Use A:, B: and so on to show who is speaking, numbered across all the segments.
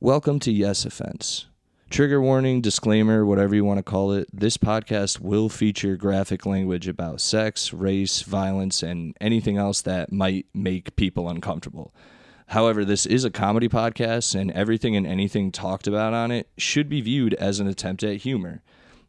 A: Welcome to Yes Offense. Trigger warning, disclaimer, whatever you want to call it. This podcast will feature graphic language about sex, race, violence, and anything else that might make people uncomfortable. However, this is a comedy podcast, and everything and anything talked about on it should be viewed as an attempt at humor.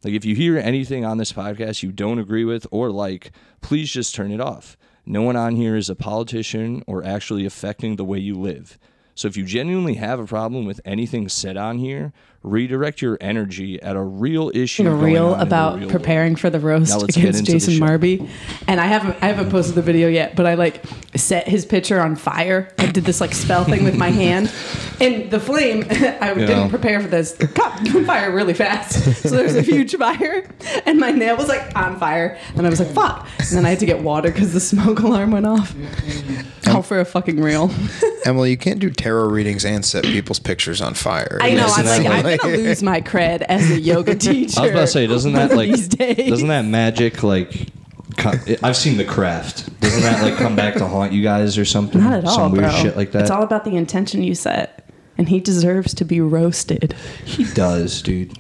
A: Like, if you hear anything on this podcast you don't agree with or like, please just turn it off. No one on here is a politician or actually affecting the way you live. So, if you genuinely have a problem with anything said on here, redirect your energy at a real issue.
B: a
A: going
B: reel
A: on in the
B: about
A: real
B: preparing for the
A: Now
B: roast
A: let's get
B: against
A: into the
B: Jason
A: show.
B: Marby. And I haven't I haven't posted the video yet, but I like set his picture on fire. I did this like spell thing with my hand. And the flame, I
A: Yeah.
B: didn't prepare for this, caught on fire really fast. So there's a huge fire. And my nail was like on fire. And I was like, fuck. And then I had to get water because the smoke alarm went off. All for a fucking reel.
C: Emily, you can't do tarot readings and set people's pictures on fire.
B: I know. I'm like,
C: Isn't that
B: I'm gonna lose my cred as a yoga teacher.
A: I was about to say, doesn't that
B: one of
A: like
B: these days.
A: doesn't that magic like? Come, I've seen the craft. Doesn't that like come back to haunt you guys or something?
B: Not at all,
A: Some weird
B: bro.
A: shit like that.
B: It's all about the intention you set, and he deserves to be roasted.
A: he does, dude.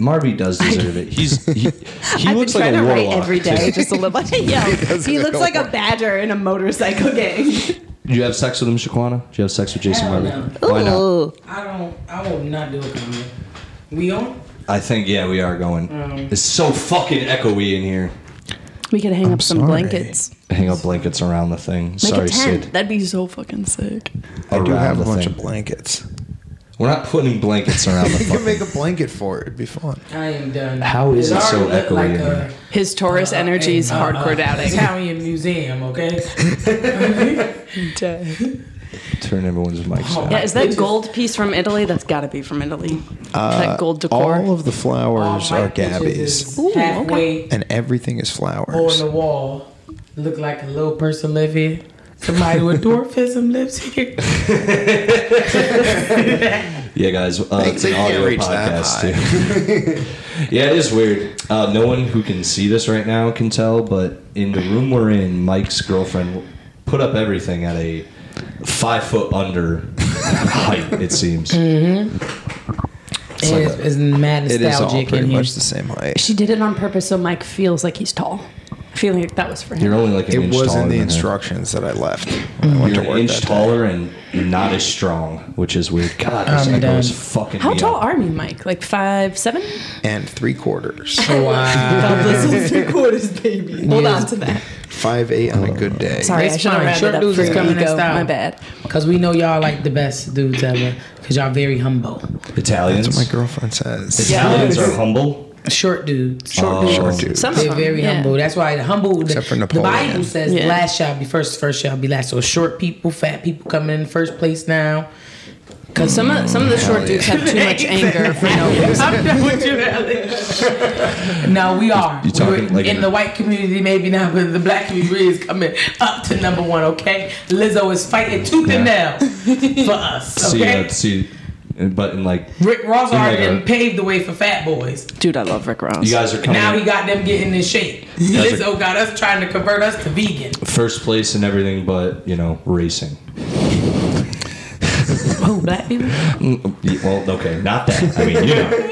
A: Marby does deserve it. He's he, he
B: I've
A: looks
B: been
A: like
B: trying
A: a
B: to
A: warlock.
B: write every day just a little. yeah, he looks like a badger in a motorcycle gang.
A: Did you have sex with him, Shaquana? Did you have sex with Jason
D: Hell
A: Marby? Why not?
B: Ooh.
D: I don't. I will not do a comedy. We on?
A: I think yeah, we are going.
B: Um.
A: It's so fucking echoey in here.
B: We could hang up some
C: sorry.
B: blankets.
A: Hang up blankets around the thing.
B: Make
A: Sorry,
B: a tent.
A: Sid.
B: That'd be so fucking sick.
C: I do
A: Around
C: have a
A: the
C: bunch
A: thing.
C: of blankets.
A: We're not putting blankets around the
C: You can
A: fucking.
C: make a blanket for it. It'd be fun.
D: I am done.
A: How is it so
D: already looked
A: echoey
D: like
A: in
D: a-
A: here?
B: His Taurus energy is
D: a- a
B: hardcore doubting.
D: Italian museum, okay?
A: Turn everyone's mics down.
B: Oh, Yeah, is that gold piece from Italy? That's got to be from Italy.
A: Uh,
B: that gold decor.
C: All of the flowers
D: All my
C: are
D: pictures
C: Gabby's,
D: is Oh,
B: Ooh, okay.
D: halfway
C: and everything is
D: on
C: flowers.
D: the wall. Look like a little person living. Somebody with dwarfism lives here.
A: Yeah, guys, uh, it's
C: they
A: an
C: can't
A: audio
C: reach that
A: podcast too. yeah, it is weird. Uh, no one who can see this right now can tell, but in the room we're in, Mike's girlfriend put up everything at a five foot under height. It seems.
D: Mm. It's, it's mad
C: It is all
D: nostalgic
C: pretty
D: in here.
C: much the same height.
B: She did it on purpose so Mike feels like he's tall. Feeling like that was for him.
A: You're only like an
C: It
A: inch
C: was
A: taller
C: in the
A: than her.
C: instructions that I left when I
A: You're
C: went to
A: an
C: work
A: inch
C: that day.
A: taller and not as strong, which is weird. God, this
D: I'm
A: echo is
D: done.
A: fucking.
B: How
A: me
B: tall
A: up.
B: are you, Mike? Like five seven?
C: And three quarters.
D: Wow.
B: God bless his three quarters, baby. Hold
D: Yes.
B: on to that.
C: Five eight on a good day.
B: Sorry,
D: It's
B: I should have
D: fine.
B: rounded
D: Short
B: up
D: dudes
B: for
D: is
B: your
D: coming in
B: ego.
D: style.
B: My bad.
D: Because we know y'all like the best dudes ever. Because y'all very humble.
A: Italians?
C: That's what my girlfriend says.
A: Italians are humble.
D: Short dudes.
C: Oh,
A: Short dudes.
D: Oh.
C: Short dudes.
B: Some of
D: They're
B: them,
D: very
B: yeah.
D: humble. That's why the humble.
C: Except for
D: the
C: Napoleon.
D: Bible says
B: Yeah.
D: last shall be first, first shall be last. So short people, fat people coming in first place now.
B: Because some of some of the short dudes have too much anger for no reason.
D: I'm done with you, Alex. No, we are.
A: You talking
D: We're
A: like
D: in
A: an-
D: the white community, maybe not, but the black community is coming up to number one. Okay, Lizzo is fighting tooth and
A: Yeah.
D: nail for us.
A: See,
D: Okay,
A: uh, see, but in like,
D: Rick Ross
A: like
D: already
A: a-
D: done paved the way for fat boys.
B: Dude, I love Rick Ross.
A: you guys are coming.
D: now
A: up-
D: he got them getting in shape.
A: That's a-
D: Lizzo got us trying to convert us to vegan.
A: first place in everything but you know racing
D: Oh, black people.
A: well okay not that i mean you know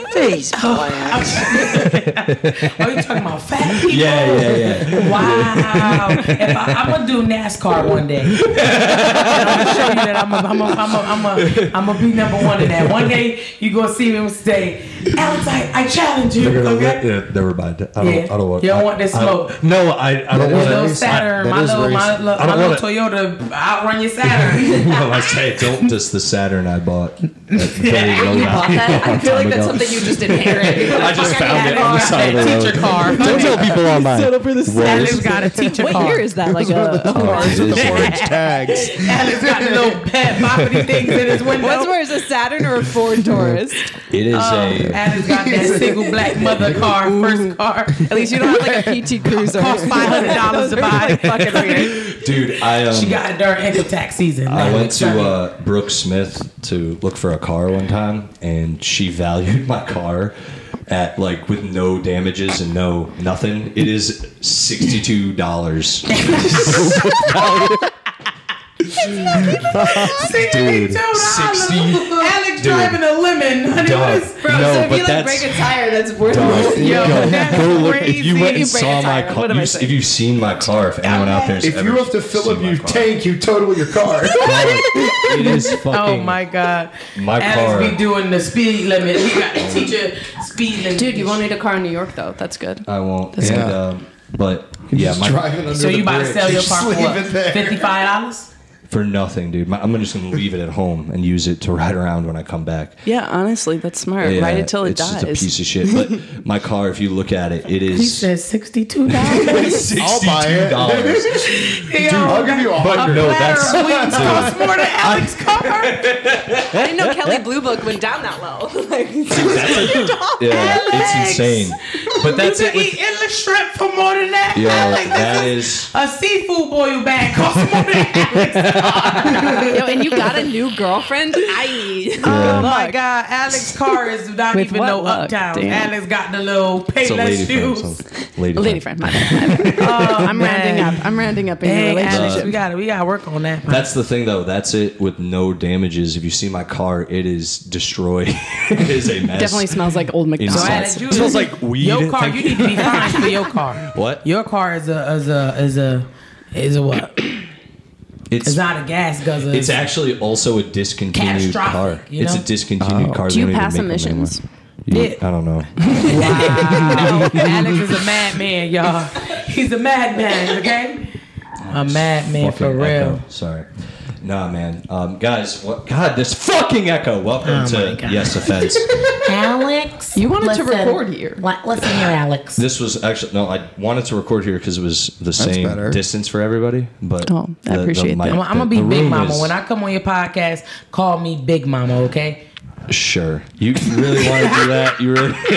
D: Oh, you talking about fat people?
A: yeah yeah yeah
D: Wow. If I, I'm gonna do NASCAR one day. And I'm gonna show you that I'm gonna I'm gonna I'm gonna I'm gonna be number one in that. One day you gonna see me and say, Alex, I, I challenge you.
A: They're gonna let-
D: Okay.
A: yeah, never mind i don't,
D: Yeah.
A: I don't want
D: You don't want this
A: I- I don't-
D: smoke.
A: no i, I don't
C: That
A: want
C: is
D: Little
C: very
A: to I,
D: Saturn,
C: that
D: my
C: is
D: little,
C: very
D: my,
C: sad.
D: little,
A: I
D: my
A: don't
D: little
A: wanna-
D: Toyota outrun your Saturn.
A: no, I say don't diss the saturn i bought at very low
B: you
A: value
B: bought that? I
A: long
B: feel like
A: time
B: that's
A: ago.
B: something you just inherited.
A: i just
B: Fuck, I
A: found it
B: had it
A: on the
B: all.
A: side of the road
D: teacher car.
A: don't tell people online
D: Alex got a teacher
B: What
D: car.
B: year is that? Like a,
C: Orange with the
A: Yeah.
C: orange tags.
D: Alex got little pet boppity things in his window.
B: what's worse, a Saturn or a Ford Taurus?
A: it is a
D: Alex got that single black mother car, first car.
B: At least you don't have like a PT Cruiser.
D: Cost five hundred dollars to buy.
B: Fucking weird.
A: dude i um,
D: She got it during income tax season.
A: I
D: Like,
A: went to
D: sorry.
A: uh, Brooke Smith to look for a car one time, and she valued my car at like with no damages and no nothing. It is sixty two dollars.
D: Sixty-two dollars. Alex driving a lemon. Honey, what
A: Dog.
D: is?
B: Bro,
A: No,
B: so if
A: but
B: you like
A: that's-
B: break a tire, that's worth
A: Dog,
B: it. Yo,
A: go,
B: that's
A: go look. If you
B: crazy.
A: went and
B: break a
A: saw my
B: tire,
A: car,
B: what am
A: you,
B: I
A: if
B: saying?
A: you've seen my car, if anyone out there's
C: If
A: ever
C: you have to fill
A: seen
C: up
A: my
C: your
A: car.
C: tank, you total your car.
A: it is fucking.
D: Oh my god.
A: My
D: Alex
A: car.
D: be doing the speed limit. He got to teach her speed limit.
B: Dude, you won't need a car in New York though. That's good.
A: I won't.
B: That's
A: and,
C: good.
A: um, but yeah,
C: Just
A: my,
C: driving under
D: So
C: the
D: you about to
C: bridge.
D: sell your
C: Just
D: car for
C: leave
D: what?
C: it there.
D: Fifty-five dollars.
A: for nothing, dude. My, I'm just gonna leave it at home and use it to ride around when I come back.
B: Yeah, honestly, that's smart.
A: Yeah,
B: Ride it till it
A: it's
B: dies.
A: Just a piece of shit. But my car, if you look at it, it
D: He
A: is
D: said sixty-two dollars.
C: I'll buy
A: sixty-two
C: it.
A: dollars.
C: I'll give you a
A: But
C: hundred.
A: no,
D: That's
A: that's
D: wings cost more than Alex car.
B: I didn't know Kelly Blue Book went down that low. like,
A: yeah,
D: Alex!
A: it's insane. But that's
D: you
A: it.
D: can eat
A: With,
D: endless shrimp for more than that.
A: yo,
D: Alex,
A: that
D: this
A: is.
D: a seafood boil bag costs more than Alex.
B: yo, and you got a new girlfriend? I.
D: Oh my God, Alex car is not
B: With
D: even
B: what
D: no
B: luck?
D: uptown.
B: Damn.
D: Alex got the little
A: It's a lady
D: payless
A: friend.
D: shoes.
A: So lady,
B: Lady
A: friend.
B: friend, my bad. my bad. I'm rounding up. I'm rounding up in your
D: Dang,
B: relationship.
A: Uh,
D: Alex, we got to we got to work on that.
A: That's the thing, though. That's it with no damages. If you see my car, it is destroyed. it is a mess.
B: Definitely smells like old
A: So
B: McDonald's.
A: I-
D: Alex, you-
A: Smells like weed.
D: Your car,
A: Thank
D: you need to be fined for your car.
A: What?
D: Your car is a is a is a is a what?
A: It's
D: It's not a gas guzzler.
A: it's actually also a discontinued
D: Catastrophic,
A: car.
D: you
A: It's
D: know?
A: a
C: Oh.
A: discontinued car.
B: Do you
A: They don't
B: pass
A: even make them
B: emissions?
A: anymore. You-
D: Yeah.
A: I don't know.
D: Wow. Alex is a madman, y'all. He's a madman, okay? A madman for
A: Fucking
D: real.
A: echo. Sorry. Nah, man. Um, guys, what, God, this fucking echo. Welcome to Yes Offense.
E: Alex.
B: You wanted to record here.
E: What, listen here, Alex.
A: this was actually, no, I wanted to record here because it was the same
C: better.
A: distance for everybody. But
B: Oh, I appreciate that.
D: I'm,
A: the-
D: gonna be
A: the
D: Big
A: room
D: Mama.
A: is-
D: When I come on your podcast, call me Big Mama, okay?
A: Sure. You you really want to do that? You really.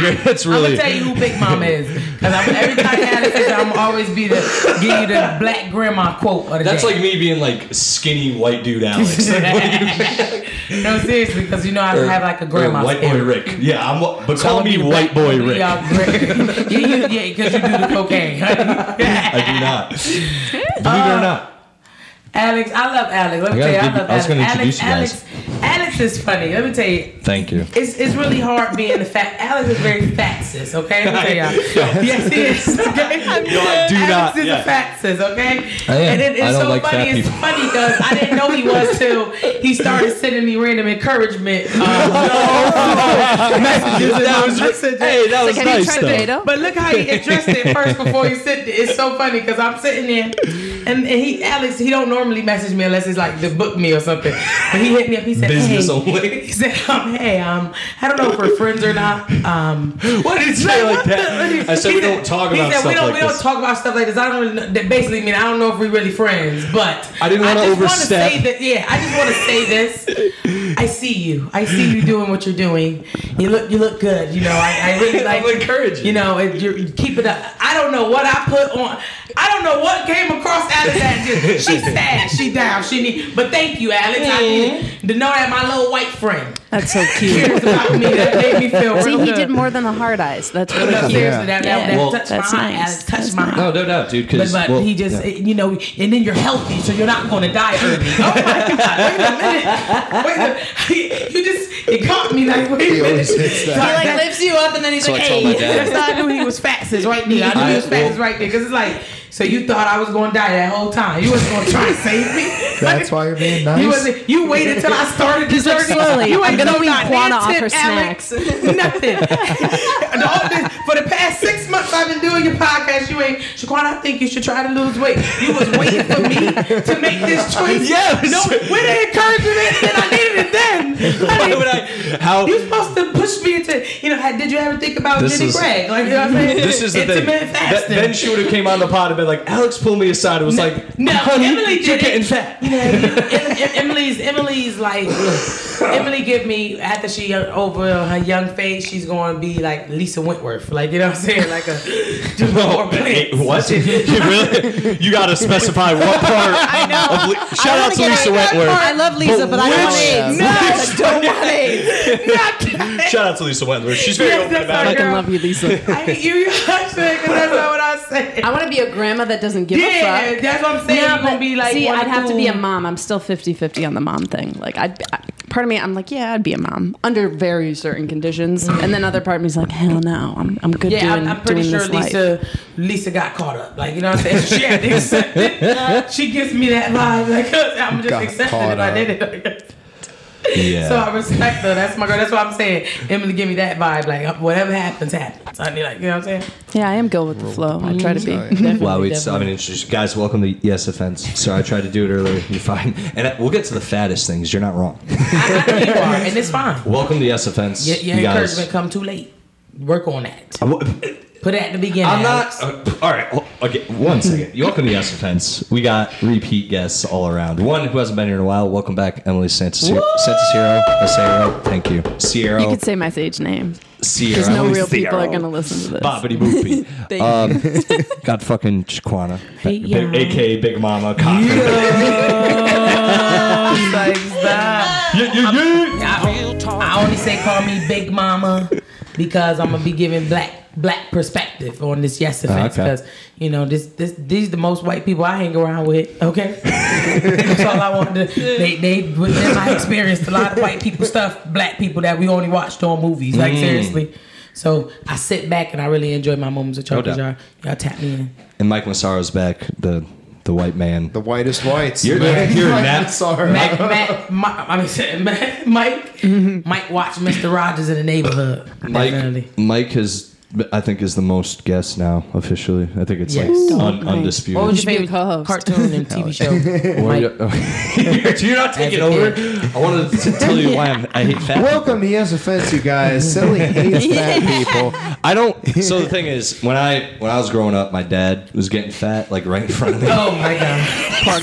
A: you're, it's
D: I'm
A: really.
D: gonna tell you who Big Mama is, because every time Alex is, I'm always be the give you the black grandma quote. Of the
A: that's
D: day.
A: like me being like skinny white dude Alex. Like, what do you-
D: no seriously, because you know I have like a grandma.
A: or white boy
D: spirit.
A: Rick. Yeah, I'm. But
D: So
A: Er, call
D: I'm gonna
A: me
D: be the
A: white
D: black-
A: boy
D: I'm
A: Rick.
D: gonna be, uh, Rick. yeah, you, yeah, because you do the cocaine.
A: I do not. Believe it
D: Uh,
A: or not.
D: Alex, I love Alex. Let
A: I
D: me
A: gotta
D: tell you,
A: give
D: I
A: you-
D: love
A: I was
D: Alex.
A: gonna
D: Alex,
A: introduce you
D: Alex, Alex is funny. Let me tell you.
A: Thank you.
D: It's, it's really hard being a fat. Alex is very fat sis, okay? Let me tell y'all. yes, he is. Okay? Oh,
A: I do
D: Alex
A: not,
D: is
A: yeah.
D: a fat sis, okay?
A: I am.
D: And it, it's
A: I don't
D: so
A: like
D: funny.
A: fat
D: It's
A: people.
D: funny because I didn't know he was till he started sending me random encouragement uh, messages. and
A: That
D: my
A: was-
D: messages.
A: Hey, that was
B: Can you
A: nice
B: try
A: though.
B: potato?
D: But look how he addressed it first before he said it. It's so funny because I'm sitting there, and, and he Alex he don't normally message me unless it's like to book me or something. But he hit me up. He said,
A: Business
D: hey.
A: only.
D: He said, um, "Hey, um, I don't know if we're friends or not. Um,
A: Why did you say like that? I said
D: He
A: we don't talk
D: he
A: about
D: said,
A: stuff
D: we don't,
A: like
D: we
A: this.
D: don't talk about stuff like this. I don't really know, that basically mean I don't know if we're really friends, but
A: I didn't wanna
D: just wanna
A: overstep.
D: say that, yeah, I just want to say this. I see you. I see you doing what you're doing. You look, you look good. You know, I, I really like.
A: I'm encouraging.
D: You know, it, you're, you keep it up. I don't know what I put on. I don't know what came across Alex. That just, she's sad. She down. She need. But thank you, Alex. I need to know that my little white friend
B: That's so cute.
D: cares about me. That made me feel real
B: See, he
D: good.
B: did more than the hard eyes. That's really
D: No,
B: cute.
D: seriously, that, that, that
A: Well,
D: touched
B: that's
D: my heart,
B: nice.
D: Alex. Touched
B: That's
D: my
B: nice.
D: heart.
A: No, no doubt, dude.
D: But,
A: Because
D: but he just, you know, and then you're healthy, so you're not going to die early. Oh my God! Wait a minute! Wait a minute! You just it caught me like wait
C: He
D: a minute.
C: always hits that.
D: Sorry,
B: He like lifts you up and then he's
A: So
B: like,
A: I told my
B: hey.
A: dad.
D: That's how I knew he was fat sis right there. I knew he was
A: I-
D: fat
A: well-
D: sis right there because it's like, so you thought I was going to die that whole time? You wasn't going to try and save me.
C: That's why you're being nice.
D: You wasn't. You waited till I started this
B: like,
D: journey.
B: slowly,
D: You
B: I'm
D: ain't
B: gonna
D: no
B: wean
D: not
B: Juana off
D: dancing,
B: her
D: Alex. Nothing. The whole thing- for the past six months, I've been doing your podcast. You ain't, Shaquana. I think you should try to lose weight. You was waiting for me to make this choice.
A: Yes.
D: No, with the encouragement that I needed it then.
A: why would I? How?
D: You're supposed to push me into, you know, had- did you ever think about
A: This
D: Jenny
A: is-
D: Craig? Like, you know what I'm saying?
A: This is the thing.
D: Intermittent
A: That-
D: fasting.
A: then she would have came on the pod and been like, "Alex pulled me aside and was like,
D: No,
A: honey,
D: Emily
A: you're
D: did
A: getting
D: it.
A: fat."
D: You know, Em- Em- Emily's Emily's like Emily give me after she over her young phase, she's going to be like Lisa Wentworth, like you know what I'm saying, like a just more
A: Hey, what?
D: plants.
A: you really? You gotta specify what part. I know. shout out to Lisa Wentworth.
B: I love Lisa, but, I don't want AIDS.
A: No,
B: I don't want AIDS.
A: Shout out to Lisa Wentworth. She's very
D: Yes,
A: open
D: that's
A: about
D: our
A: it.
D: girl.
B: Fucking love you, Lisa.
D: I hate you, because that's not what I saying?
B: I want to be a grandma that doesn't give a
D: yeah,
B: fuck.
D: that's what I'm saying.
B: No,
D: you gonna
B: but
D: be like,
B: see,
D: one of
B: I'd have to be a
D: them-
B: mom. I'm still 50-50 on the mom thing. Like, I'd, I, part of me, I'm like, yeah, I'd be a mom under very certain conditions, and then other part of me's like, hell no, I'm, I'm good
D: Mm. Yeah,
B: doing,
D: I'm, I'm pretty
B: doing
D: sure
B: this life.
D: Lisa Lisa got caught up. Like, you know what I'm saying? She had to accept it. She gives me that vibe. Like, I'm just
C: Got
D: accepting
C: caught
D: it. I
C: up.
D: did it.
A: Yeah.
D: So I respect her. That's my girl. That's what I'm saying. Emily give me that vibe. Like, uh, whatever happens, happens. I mean, like, you know what I'm saying?
B: Yeah, I am go with the flow. I try to be.
A: Wow, it's I mean, it's just guys. Welcome to Yes Offense. Sorry, I tried to do it earlier. You're fine, and I- we'll get to the fattest things. You're not wrong.
D: I know you are, and it's fine.
A: Welcome to Yes Offense.
D: Your, your
A: you guys.
D: encouragement come too late. Work on that.
A: I wa-
D: Put it at the beginning.
A: I'm
D: Alex.
A: not. uh, all right. well, Okay. One second. You welcome to Yes Offense. We got repeat guests all around. One who hasn't been here in a while. Welcome back, Emily Santasero. Santasero. Thank you. Sierra.
B: You could say my stage name.
A: Sierra.
B: Because no real people are going to listen to this.
A: Boppity boopy.
B: Thank
A: um, got fucking Chiquana.
E: Hey,
A: Big-
E: y'all.
A: AKA Big Mama. Cock.
D: Like, stop. I, I only say call me Big Mama because I'm gonna be giving black black perspective on this yes offense
A: Ah, okay.
D: because you know this this these the most white people I hang around with. Okay, that's all I want to. They they within I experienced a lot of white people stuff, black people that we only watched on movies. Like
A: Mm.
D: seriously. So I sit back and I really enjoy my moments with y'all
A: No doubt.
D: because y'all, y'all tap me in.
A: And Mike Massaro's back. The the white man.
C: The whitest whites.
A: You're
C: man.
A: the- you're
C: I'm
A: that-
C: sorry.
D: Mac, Mac, Ma- I mean, shit, Mac- Mike, Mike watched Mr. Rogers in the neighborhood. Definitely.
A: Mm-hmm. Mike. Mike has. I think is the most guest now officially. I think it's
D: Yes.
A: like un- undisputed.
D: What was
B: should
D: your
B: be a
D: favorite
B: co-host. Oh.
D: cartoon and TV show?
A: Or
D: Mike.
A: you- you're not taking
D: a
A: over. I wanted to tell you why I'm, I hate fat.
C: Welcome to Yes Offense, you guys. Silly hates fat people.
A: I don't. So the thing is, when I when I was growing up, my dad was getting fat, like right in front of me.
D: Oh my god!
B: Poor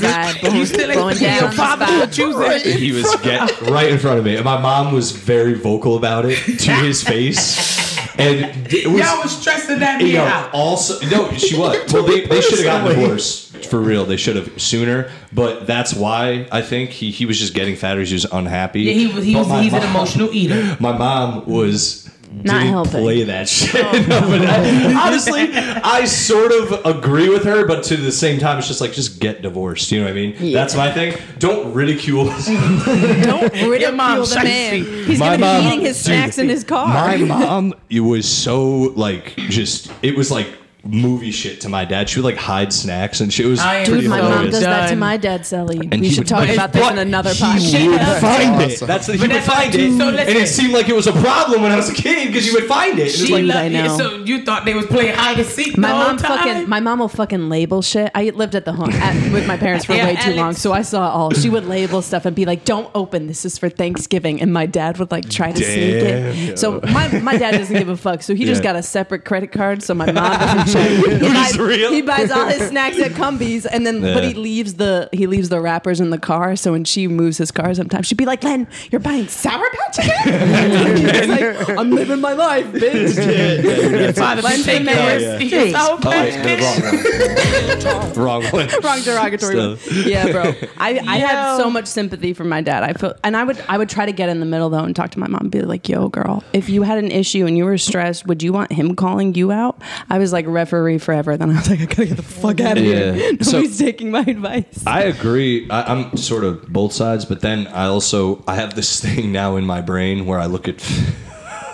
B: guy.
D: You still
B: going
D: ain't
B: down
D: your
B: the
D: father
B: spot.
D: what you said.
A: He was get right in front of me, and my mom was very vocal about it to his face, and it was.
D: Y'all was stressing that
A: you
D: man
A: know,
D: out.
A: also no, she was. Well, they, they should have gotten divorced for real. They should have sooner, but that's why I think he, he was just getting fatter. He was unhappy.
D: Yeah, he was. He
A: But
D: was.
A: my
D: He's an
A: mom-
D: emotional eater.
A: my mom was
B: Not
A: didn't
B: helping.
A: play that shit.
D: Oh.
A: No, but I- honestly, I sort of agree with her, but to the same time, it's just like just get divorced. You know what I mean? That's my thing. Don't ridicule.
B: Don't ridicule
D: mom,
B: the
D: shite
B: man.
D: feet.
B: He's
A: My
B: going to
A: mom-
B: be eating his
A: Dude.
B: snacks in his car.
A: my mom, it was so like just it was like movie shit to my dad. She would like hide snacks and she was
D: I am
A: pretty
B: Dude, my mom
A: hilarious.
B: does that to
D: Done.
B: my dad, Sally.
A: And
B: we
A: he
B: should
A: would-
B: talk
A: but-
B: about this in
A: but
B: another
A: he
B: podcast.
A: would find it.
C: awesome.
A: That's the, he
D: But
A: would
D: that's what
A: find
D: I
A: it,
D: do. So
A: and
D: listen.
A: it seemed like it was a problem when I was a kid because you would find it. And it's
D: She
A: like,
B: Jeez,
D: loved
B: I
D: it.
B: know.
D: So you thought they was playing hide and seek
B: My
D: the
B: mom
D: whole time?
B: fucking my mom will fucking label shit. I lived at the home at, with my parents for
D: Yeah,
B: way too
D: Alex.
B: long, so I saw it all. She would label stuff and be like, "Don't open. This is for Thanksgiving." And my dad would like try to sneak
A: Damn,
B: it. So my, my dad doesn't give a fuck. So he just
A: Yeah.
B: got a separate credit card, so my mom doesn't check. He,
A: Who's
B: buys,
A: real?
B: he buys all his snacks at Cumbies, and then but
A: Yeah.
B: he leaves the he leaves the wrappers in the car. So when she moves his car, sometimes she'd be like, "Len, you're buying sour patch again?" He's like, "I'm living my life, bitch."
D: Your father
B: Lens
D: been taking
B: the
A: man.
D: your-
B: Yeah.
D: your sour
A: All right,
D: patch
A: no,
D: kids.
A: wrong one. wrong one.
B: wrong derogatory one.
A: Stuff.
B: Yeah, bro. I, I had so much sympathy for my dad. I felt, and I would I would try to get in the middle though and talk to my mom, and be like, "Yo, girl, if you had an issue and you were stressed, would you want him calling you out?" I was like referee forever. Then I was like, "I gotta get the fuck out of
A: Yeah.
B: here.
A: So-
B: Nobody's taking my advice."
A: I agree. I, I'm sort of both sides, but then I also I have this thing now in my brain where I look at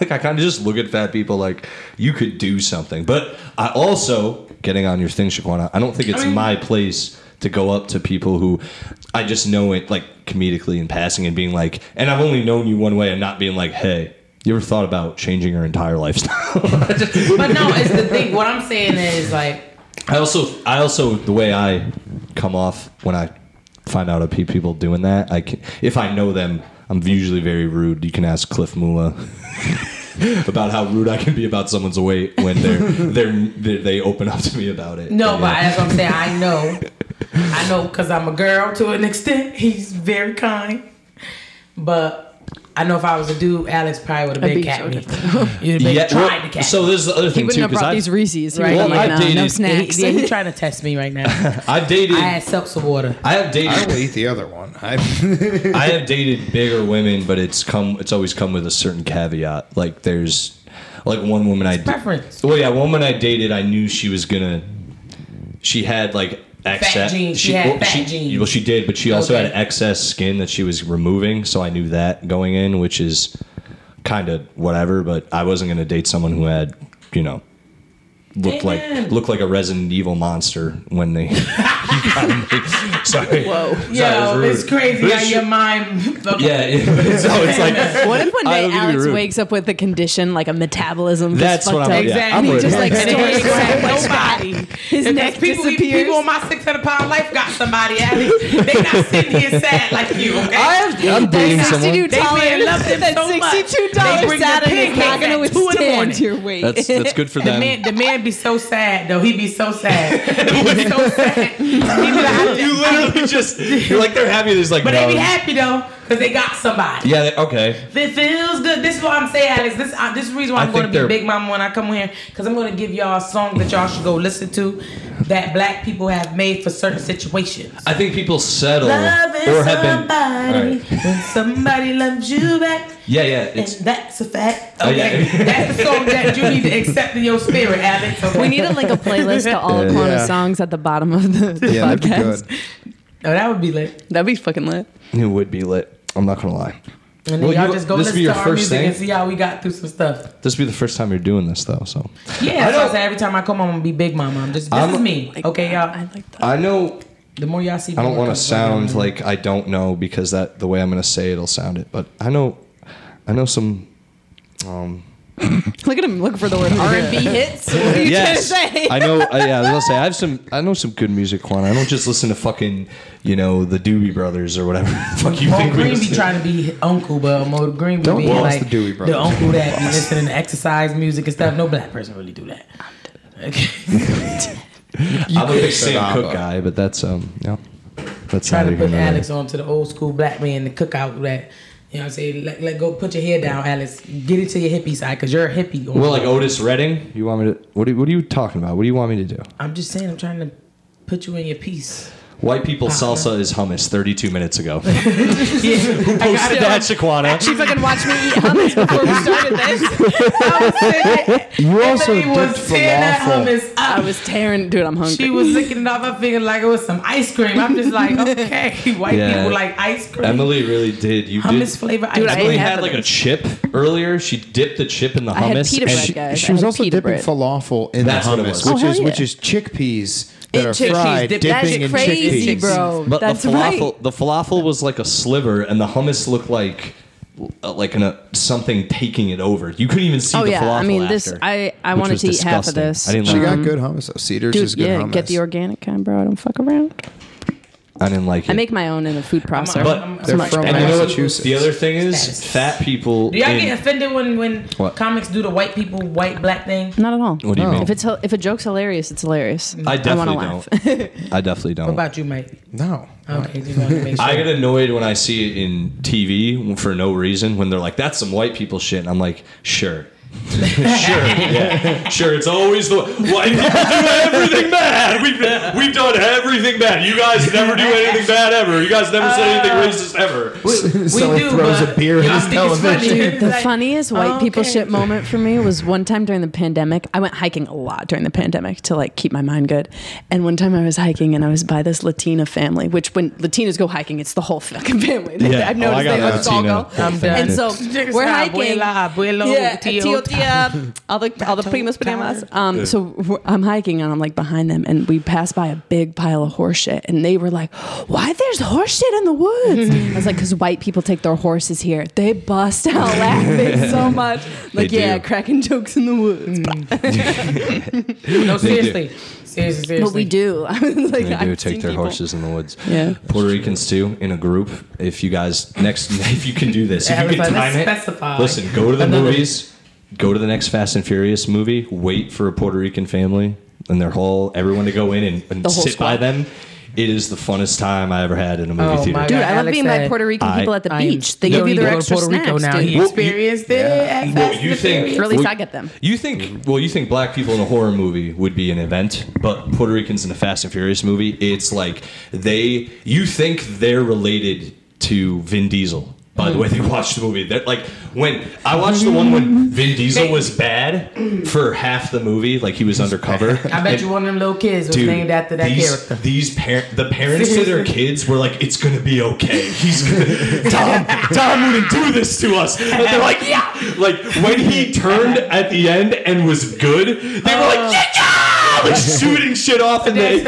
A: like I kind of just look at fat people like you could do something. But I also getting on your thing, Shaquana. I don't think it's my place to go up to people who I just know it like comedically in passing and being like, and I've only known you one way and not being like, hey. You ever thought about changing your entire lifestyle?
D: But no, it's the thing. What I'm saying is like.
A: I also, I also, the way I come off when I find out of pe- people doing that, I can, if I know them, I'm usually very rude. You can ask Cliff Mula about how rude I can be about someone's weight when they're they're, they they open up to me about it.
D: No,
A: Yeah.
D: but that's what I'm saying. I know. I know because I'm a girl to an extent. He's very kind. But I know if I was a dude, Alex probably would have
B: I'd
D: been
B: be
D: cat me. You'd have been
A: yeah,
D: trying
A: well,
D: to cat
A: so
D: me.
A: this is the other
B: he
A: thing
B: wouldn't
A: too
B: have
A: because
B: brought
A: I
B: these Reese's, right?
A: Well,
B: Well, like,
A: I've
B: no, no
A: dated-
B: snacks.
D: Yeah, he's trying to test me right now.
A: I dated
D: I had seltzer water.
A: I have dated
C: I will eat the other one. I,
A: I have dated bigger women, but it's come. It's always come with a certain caveat. Like there's, like one woman I d-
D: preference.
A: Well, yeah, one woman I dated, I knew she was gonna she had like excess.
D: jeans.
A: She,
D: She had
A: well,
D: fat
A: she-
D: jeans.
A: well, she did, but she also had
D: Okay.
A: excess skin that she was removing. So I knew that going in, which is kind of whatever. But I wasn't going to date someone who had, you know, looked
D: Amen.
A: like looked like a Resident Evil monster when they. Sorry. Whoa.
D: Yo, it's crazy how your mind.
A: Yeah, yeah. so it's like
B: What if one
A: I
B: day
A: don't mean to be
B: Alex
A: rude.
B: wakes up with a condition like a metabolism?
A: That's
B: fucked
A: what I'm-
B: up,
A: yeah,
D: Exactly.
A: I'm
B: And he
A: with
B: just
A: you.
B: like
A: Yeah.
B: stories
D: exactly.
B: exactly.
D: nobody.
B: His
D: Because
B: neck
D: people,
B: disappears.
D: People on my six hundred pound life got somebody. At least they not sitting here sad like you. Okay.
A: I have, I'm dating
B: That
A: someone.
B: sixty-two
D: They really love
B: dollars,
D: them
B: that
D: so much.
B: sixty-two
D: They
B: dollars
D: bring the
B: Saturday is not going to
D: pancakes at two in the
B: withstand
D: morning.
B: your weight.
A: That's that's good for
D: The
A: them.
D: man, the man be so sad though. He be so sad. He be so sad. He be like,
A: you literally just you're like they're happy. There's like
D: but
A: no.
D: they be happy though, cause they got somebody.
A: Yeah. They, okay.
D: It feels good. This is what I'm saying, Alex. This uh, this is the reason why
A: I
D: I'm going to
A: think
D: be
A: they're-
D: Big Mama when I come here, because I'm going to give y'all a song that y'all should go listen to that black people have made for certain situations.
A: I think people settle
D: Love is
A: or have been.
D: somebody
A: Alright.
D: when somebody loves you back.
A: Yeah, yeah.
D: And
A: It's
D: that's a fact.
A: Oh,
D: Okay,
A: yeah.
D: that's the song that you need to accept in your spirit, Alex. Okay?
B: We need to link a playlist to all
A: Yeah.
B: Aquana
C: Yeah.
B: songs at the bottom of the, the
C: Yeah, that'd be
B: podcast.
C: good.
B: That'd
D: Oh, that would be lit.
B: be, fucking lit.
A: it would be lit. I'm not gonna lie.
D: And then
A: Well,
D: y'all
A: you-
D: just go
A: this
D: listen
A: be
D: to
A: your
D: our
A: first
D: music
A: thing?
D: and see how we got through some stuff.
A: This will be the first time you're doing this though, so
D: Yeah, so I
A: don't-
D: said every time I come, I'm gonna be Big Mama. I'm just this
A: I'm-
D: is me. Okay,
B: I
D: y'all.
B: like that.
A: I know
D: The more y'all see,
A: I don't
D: more
A: want to
D: comes from y'all.
A: sound like I don't know because that the way I'm gonna say it'll sound it, but I know I know some. Um,
B: Look at him looking for the word R and B hits. What are you trying to say?
A: I know. I, yeah, I was gonna say I have some. I know some good music, Juan. I don't just listen to fucking, you know, the Doobie Brothers or whatever. the Fuck you
D: Mo
A: think we
D: Green be
A: listen to.
D: trying to be uncle, but Mo Green be
C: Don't
D: being
C: boss
D: like
C: the Dewey Brothers.
D: uncle that be listening to exercise music and stuff. No black person really do that. Okay.
A: I'm a big Sam
C: Sadaba.
A: Cook guy, but that's um, yeah, that's
D: Trying to
A: neither here
D: put
A: nor
D: Alex
A: there.
D: on to the old school black man, the cookout that. You know what I'm saying? Let, let go, put your hair down, Alex. Get it to your hippie side, cause you're a hippie.
A: Well, like Otis Redding, you want me to? What are, what are you talking about? What do you want me to do?
D: I'm just saying, I'm trying to put you in your piece.
A: White people salsa is hummus. Thirty-two minutes ago. Who
D: Ah, Yeah, I got
A: posted that, Shaquana?
B: She fucking watched me eat hummus before we started this.
D: it.
C: You also did
D: Emily was tearing that
C: falafel.
D: hummus
B: I
D: up.
B: was tearing, dude. I'm hungry.
D: She was licking it off my finger like it was some ice cream. I'm just like, okay, white
A: Yeah.
D: people like ice cream.
A: Emily really did. You did.
D: hummus flavor ice
B: Dude, I
D: cream.
A: Emily
B: ain't
A: had
B: having
A: like a
B: this.
A: chip earlier. She dipped the chip in the hummus.
B: I had pita
A: and
B: bread,
A: she-
B: guys.
C: She
B: I
C: was
B: had
C: also
B: pita
C: dipping
B: bread.
C: falafel in
A: That's
C: the
A: what it
C: hummus,
A: was.
B: Oh,
C: which
B: hell
C: is
B: yeah.
C: which is chickpeas that
B: In
C: are
B: chickpeas
C: fried,
D: dipped- that's
C: dipping in
B: crazy,
C: chickpeas.
B: bro.
A: But
B: That's
A: the falafel,
B: right.
A: the falafel was like a sliver, and the hummus looked like uh, like an, uh, something taking it over. You couldn't even see
B: Oh
A: the
B: yeah,
A: falafel.
B: I mean this.
A: after,
B: I I
A: which
B: wanted
A: was
B: to eat half of
A: disgusting.
B: this.
A: I didn't
C: She
A: like.
C: got good hummus. though. Cedars is
B: Dude,
C: good
B: yeah,
C: hummus.
B: get the organic kind, bro. I don't fuck around.
A: I didn't like it.
B: I make my own in a food processor.
A: But-
C: They're
B: much
C: from
B: better.
A: and you know what?
C: Massachusetts.
A: The other thing is,
D: Status.
A: fat people.
D: Do y'all
A: in-
D: get offended when when
A: What?
D: comics do the white people white black thing?
B: Not at all.
A: what do you
C: No.
A: mean?
B: Oh. If it's if a joke's hilarious, it's hilarious.
A: I definitely
B: wanna
A: don't. I definitely
D: What
A: don't.
D: about you, Mike?
C: No.
D: Okay, just wanted to make sure.
A: I get annoyed when I see it in TV for no reason when they're like, "That's some white people shit," and I'm like, "Sure." sure, yeah, sure. It's always the white people do everything bad. We've, we've done everything bad. You guys never do anything bad ever. You guys never said anything
B: Uh,
A: racist ever.
C: Someone
D: do,
C: throws
D: but
C: a beer in
D: y'all
C: his
D: think it's funny.
C: television.
D: It's
B: The
D: like, oh,
B: funniest white people
D: okay.
B: shit moment for me was one time during the pandemic. I went hiking a lot during the pandemic to like keep my mind good. And one time I was hiking and I was by this Latina family, which when Latinas go hiking, it's the whole fucking family. They-
A: Yeah.
B: I've
A: Oh, I
B: noticed
A: got
B: they
A: that
B: let's all
A: Latina
B: go.
A: whole I'm
D: done.
B: And so
D: family.
B: we're
D: Abuela,
B: hiking.
D: abuelo,
B: yeah,
D: tío.
B: tío, tía, all the all the primas, primas. Um, so we're- I'm hiking and I'm like behind them, and we pass by a big pile of horse shit, and they were like, "Why there's horse shit in the woods?" I was like, "Cause white people take their horses here. They bust out laughing so much. Like,
A: They
B: yeah,
A: do.
B: cracking jokes in the woods,
D: No,
A: do.
D: seriously, seriously, seriously.
B: but we do. I was like,
A: They do
B: I've
A: take
B: seen
A: their
B: people-
A: horses in the woods.
B: Yeah.
A: Puerto Ricans too in a group. If you guys next, if you can do this, if you can
D: Everybody
A: time
D: specify.
A: it. Listen, go to the
D: Another-
A: movies. Go to the next Fast and Furious movie. Wait for a Puerto Rican family and their whole everyone to go in and, and
B: The whole
A: sit by
B: squad.
A: them. It is the funnest time I ever had in a movie
D: Oh,
A: theater.
D: my
B: Dude,
D: Like
B: I love
D: Alex
B: being by
D: said,
B: Puerto Rican
A: I-
B: people at the
D: I am-
B: beach. They
D: You
B: give you
D: need to
B: their
D: go to
B: extra
D: Puerto
B: snacks,
D: Rico now.
B: dude.
D: He
A: Well, you-
D: experienced it. at
A: Well,
D: Fast
A: you
D: and
A: think-
D: Furious.
B: Or at least
A: Well,
B: I get them.
A: You think well, you think black people in a horror movie would be an event, but Puerto Ricans in a Fast and Furious movie, it's like they you think they're related to Vin Diesel. by the way they watched the movie. That like when I watched the one when Vin Diesel was bad for half the movie, like he was undercover.
D: I bet you one of them little kids was named after that
A: these,
D: character.
A: These par- the parents to their kids were like, "It's gonna be okay. He's gonna Tom. Tom wouldn't do this to us." And they're like, "Yeah." Like when he turned at the end and was good, they were
D: Oh.
A: like, "Yeah!" yeah!" Like shooting shit off, and they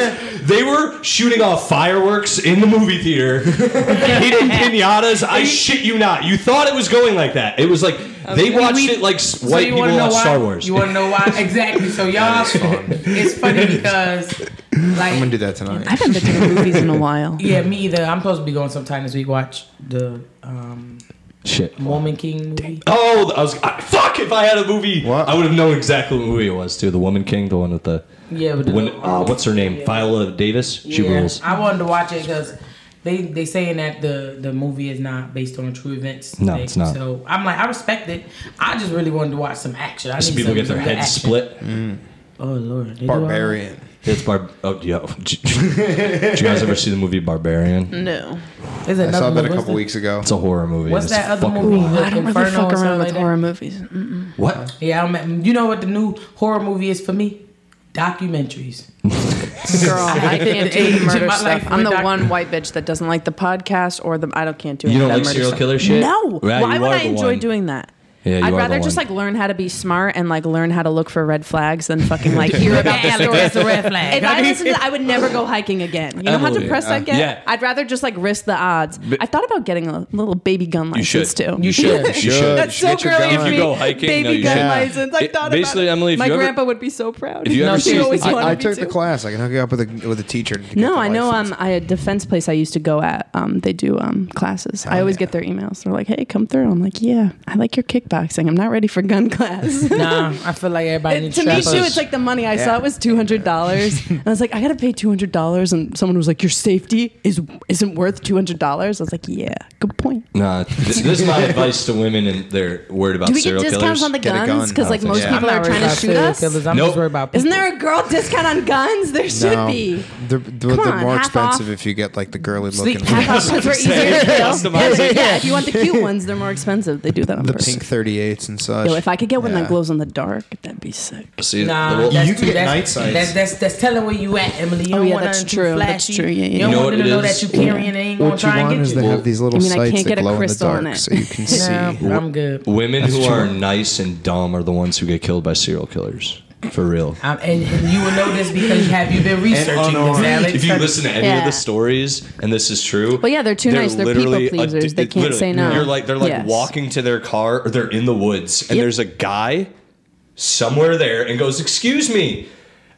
A: they were shooting off fireworks in the movie theater, hitting pinatas. I shit you not. You thought it was going like that. It was like they watched
D: we-
A: it like s-
D: So
A: white
D: you
A: people
D: wanna
A: watch
D: know why?
A: Star Wars.
D: You want to know why? Exactly. So y'all, it's funny because
C: I'm gonna do uh,
D: like
C: that tonight.
B: I haven't been to the movies in a while.
D: yeah, me either. I'm supposed to be going sometime this week. Watch the um,
A: shit.
D: Mormon King movie.
A: Oh, I was I, fuck! If I had a movie,
C: What?
A: I would have known exactly what movie it was too. The Woman King, the one with the
D: Yeah, but the
A: when,
D: little-
A: uh, what's her name? Viola Davis. She
D: Yeah.
A: rules.
D: I wanted to watch it because they they saying that the the movie is not based on true events.
A: No,
D: They-
A: it's not.
D: So I'm like, I respect it. I just really wanted to watch some action. I
A: Some
D: need
A: people get
D: some
A: their
D: good
A: heads
D: action.
A: split.
D: Oh lord, They do all-
C: Barbarian.
A: It's Barb. Oh, yo. Did you guys ever see the movie Barbarian?
B: No.
D: There's
C: I
D: another
C: saw that a
D: movie.
C: couple
D: What's
C: weeks ago.
A: It's a horror movie.
D: What's
A: It's
D: that other
A: fucking
D: movie?
A: wild.
D: The
B: I don't really
D: Inferno
B: fuck
D: or something
B: around
D: like
B: with
D: that?
B: horror movies. Mm-mm.
A: What?
D: Yeah, I'm, you know what the new horror movie is for me? Documentaries.
B: Girl, I can't do
D: Age
B: the
D: of
B: murder
D: my
B: stuff.
D: life
B: I'm the
D: went
B: one white bitch that doesn't like the podcast or the. I don't can't do.
A: You
B: any
A: don't
B: of that
A: like
B: murder
A: serial
B: stuff.
A: killer shit?
B: No.
A: Right,
B: Why
A: you
B: would
A: are
B: I
A: the
B: enjoy
A: one.
B: doing that?
A: Yeah, you are
B: I'd
A: the
B: rather just
A: one.
B: like learn how to be smart and like learn how to look for red flags than fucking like hear about stories.
D: Red flag is a red
B: If
D: flag.
B: I listened to that, I would never go hiking again. You know how
A: Emily,
B: depressed
A: uh,
B: I get?
A: yeah.
B: I'd rather just like risk the odds. I thought about getting a little baby gun
F: You should.
B: license too.
F: You should. You should.
B: That's so
C: Get your
B: girly
C: gun.
B: of
C: If
B: me.
C: you
F: go hiking,
B: baby
F: no, you
B: gun
F: should.
B: license. I
F: It-
B: thought
F: basically,
B: about it.
F: Emily, if
B: my
F: you ever-
B: grandpa would be so proud.
F: If you ever
B: He
F: see-
B: always
F: I-
B: wanted
C: I, I
B: me
C: took
B: to.
C: the class. I can hook you up with a with a teacher. to get
B: No,
C: the
B: I know.
C: license.
B: Um, I a defense place I used to go at. Um, they do um classes. I always
C: yeah.
B: get their emails. They're like, "Hey, come through." I'm like, "Yeah, I like your kickboxing. I'm not ready for gun class."
D: Nah, I feel like everybody
B: It-
D: needs
B: to me too,
D: trappers.
B: it's like the money I saw was two hundred dollars, and I was like, I gotta pay two hundred dollars, and someone was like, your safety is isn't worth two hundred dollars. I was like, yeah, good point.
A: Nah, this, this is my advice to women and they're worried about
B: Do we get
A: serial
B: discounts
A: killers.
B: on the
C: Get a gun.
B: guns? Because
C: I
B: like
A: don't
B: most
A: think so.
B: people
D: I'm
B: are
D: not worried
B: trying
D: about
B: to shoot
D: serial
B: us.
D: killers. I'm
A: Nope.
D: just worried about people.
B: Isn't there a girl discount on guns? There should
C: No,
B: be.
C: They're, they're,
B: Come
C: they're
B: on,
C: more
B: half
C: expensive
B: off.
C: if you get like the girly
D: Sleep
C: looking.
B: Half
C: ones.
B: off ones were easier to kill.
A: Customize
B: Yeah, yeah, if you want the cute ones, they're more expensive. They do that on
C: The
B: purpose.
C: pink 38s and such.
B: Yo, if I could get one
C: Yeah.
B: that glows in the dark, that'd be sick.
F: See, the
D: Nah,
F: little-
D: that's
C: You can
D: too-
C: get
D: that's-
C: night sights.
D: That's, that's that's telling where you at, Emily. You
B: Oh,
D: don't
B: yeah,
D: want
B: that's
D: nothing too
B: true.
D: Flashy.
B: That's true. Yeah, yeah,
D: You
B: yeah.
D: don't
A: You know
D: want
A: what
D: them to
A: it
D: know
A: is?
D: that you carrying and ain't gonna
C: what you
D: try
C: want
D: and
C: is
D: get
C: they
D: you.
C: have these little
B: I mean, I
C: sights
B: can't
C: that
B: get a
C: glow in the
B: crystal on
C: dark,
B: it.
C: so you can see.
D: Nah, I'm good.
A: Women who
C: true.
A: are nice and dumb are the ones who get killed by serial killers. For real.
D: I'm, and, and you would know this because have you been researching this,
C: unarmed.
D: Alex?
A: If you listen to any of
B: Yeah.
A: the stories, and this is true.
B: Well, yeah, they're too nice. They're people
A: literally
B: pleasers. They can't
A: literally,
B: say no.
A: You're like they're like
B: Yes.
A: walking to their car, or they're in the woods, and
B: Yep.
A: there's a guy somewhere there, and goes, "Excuse me,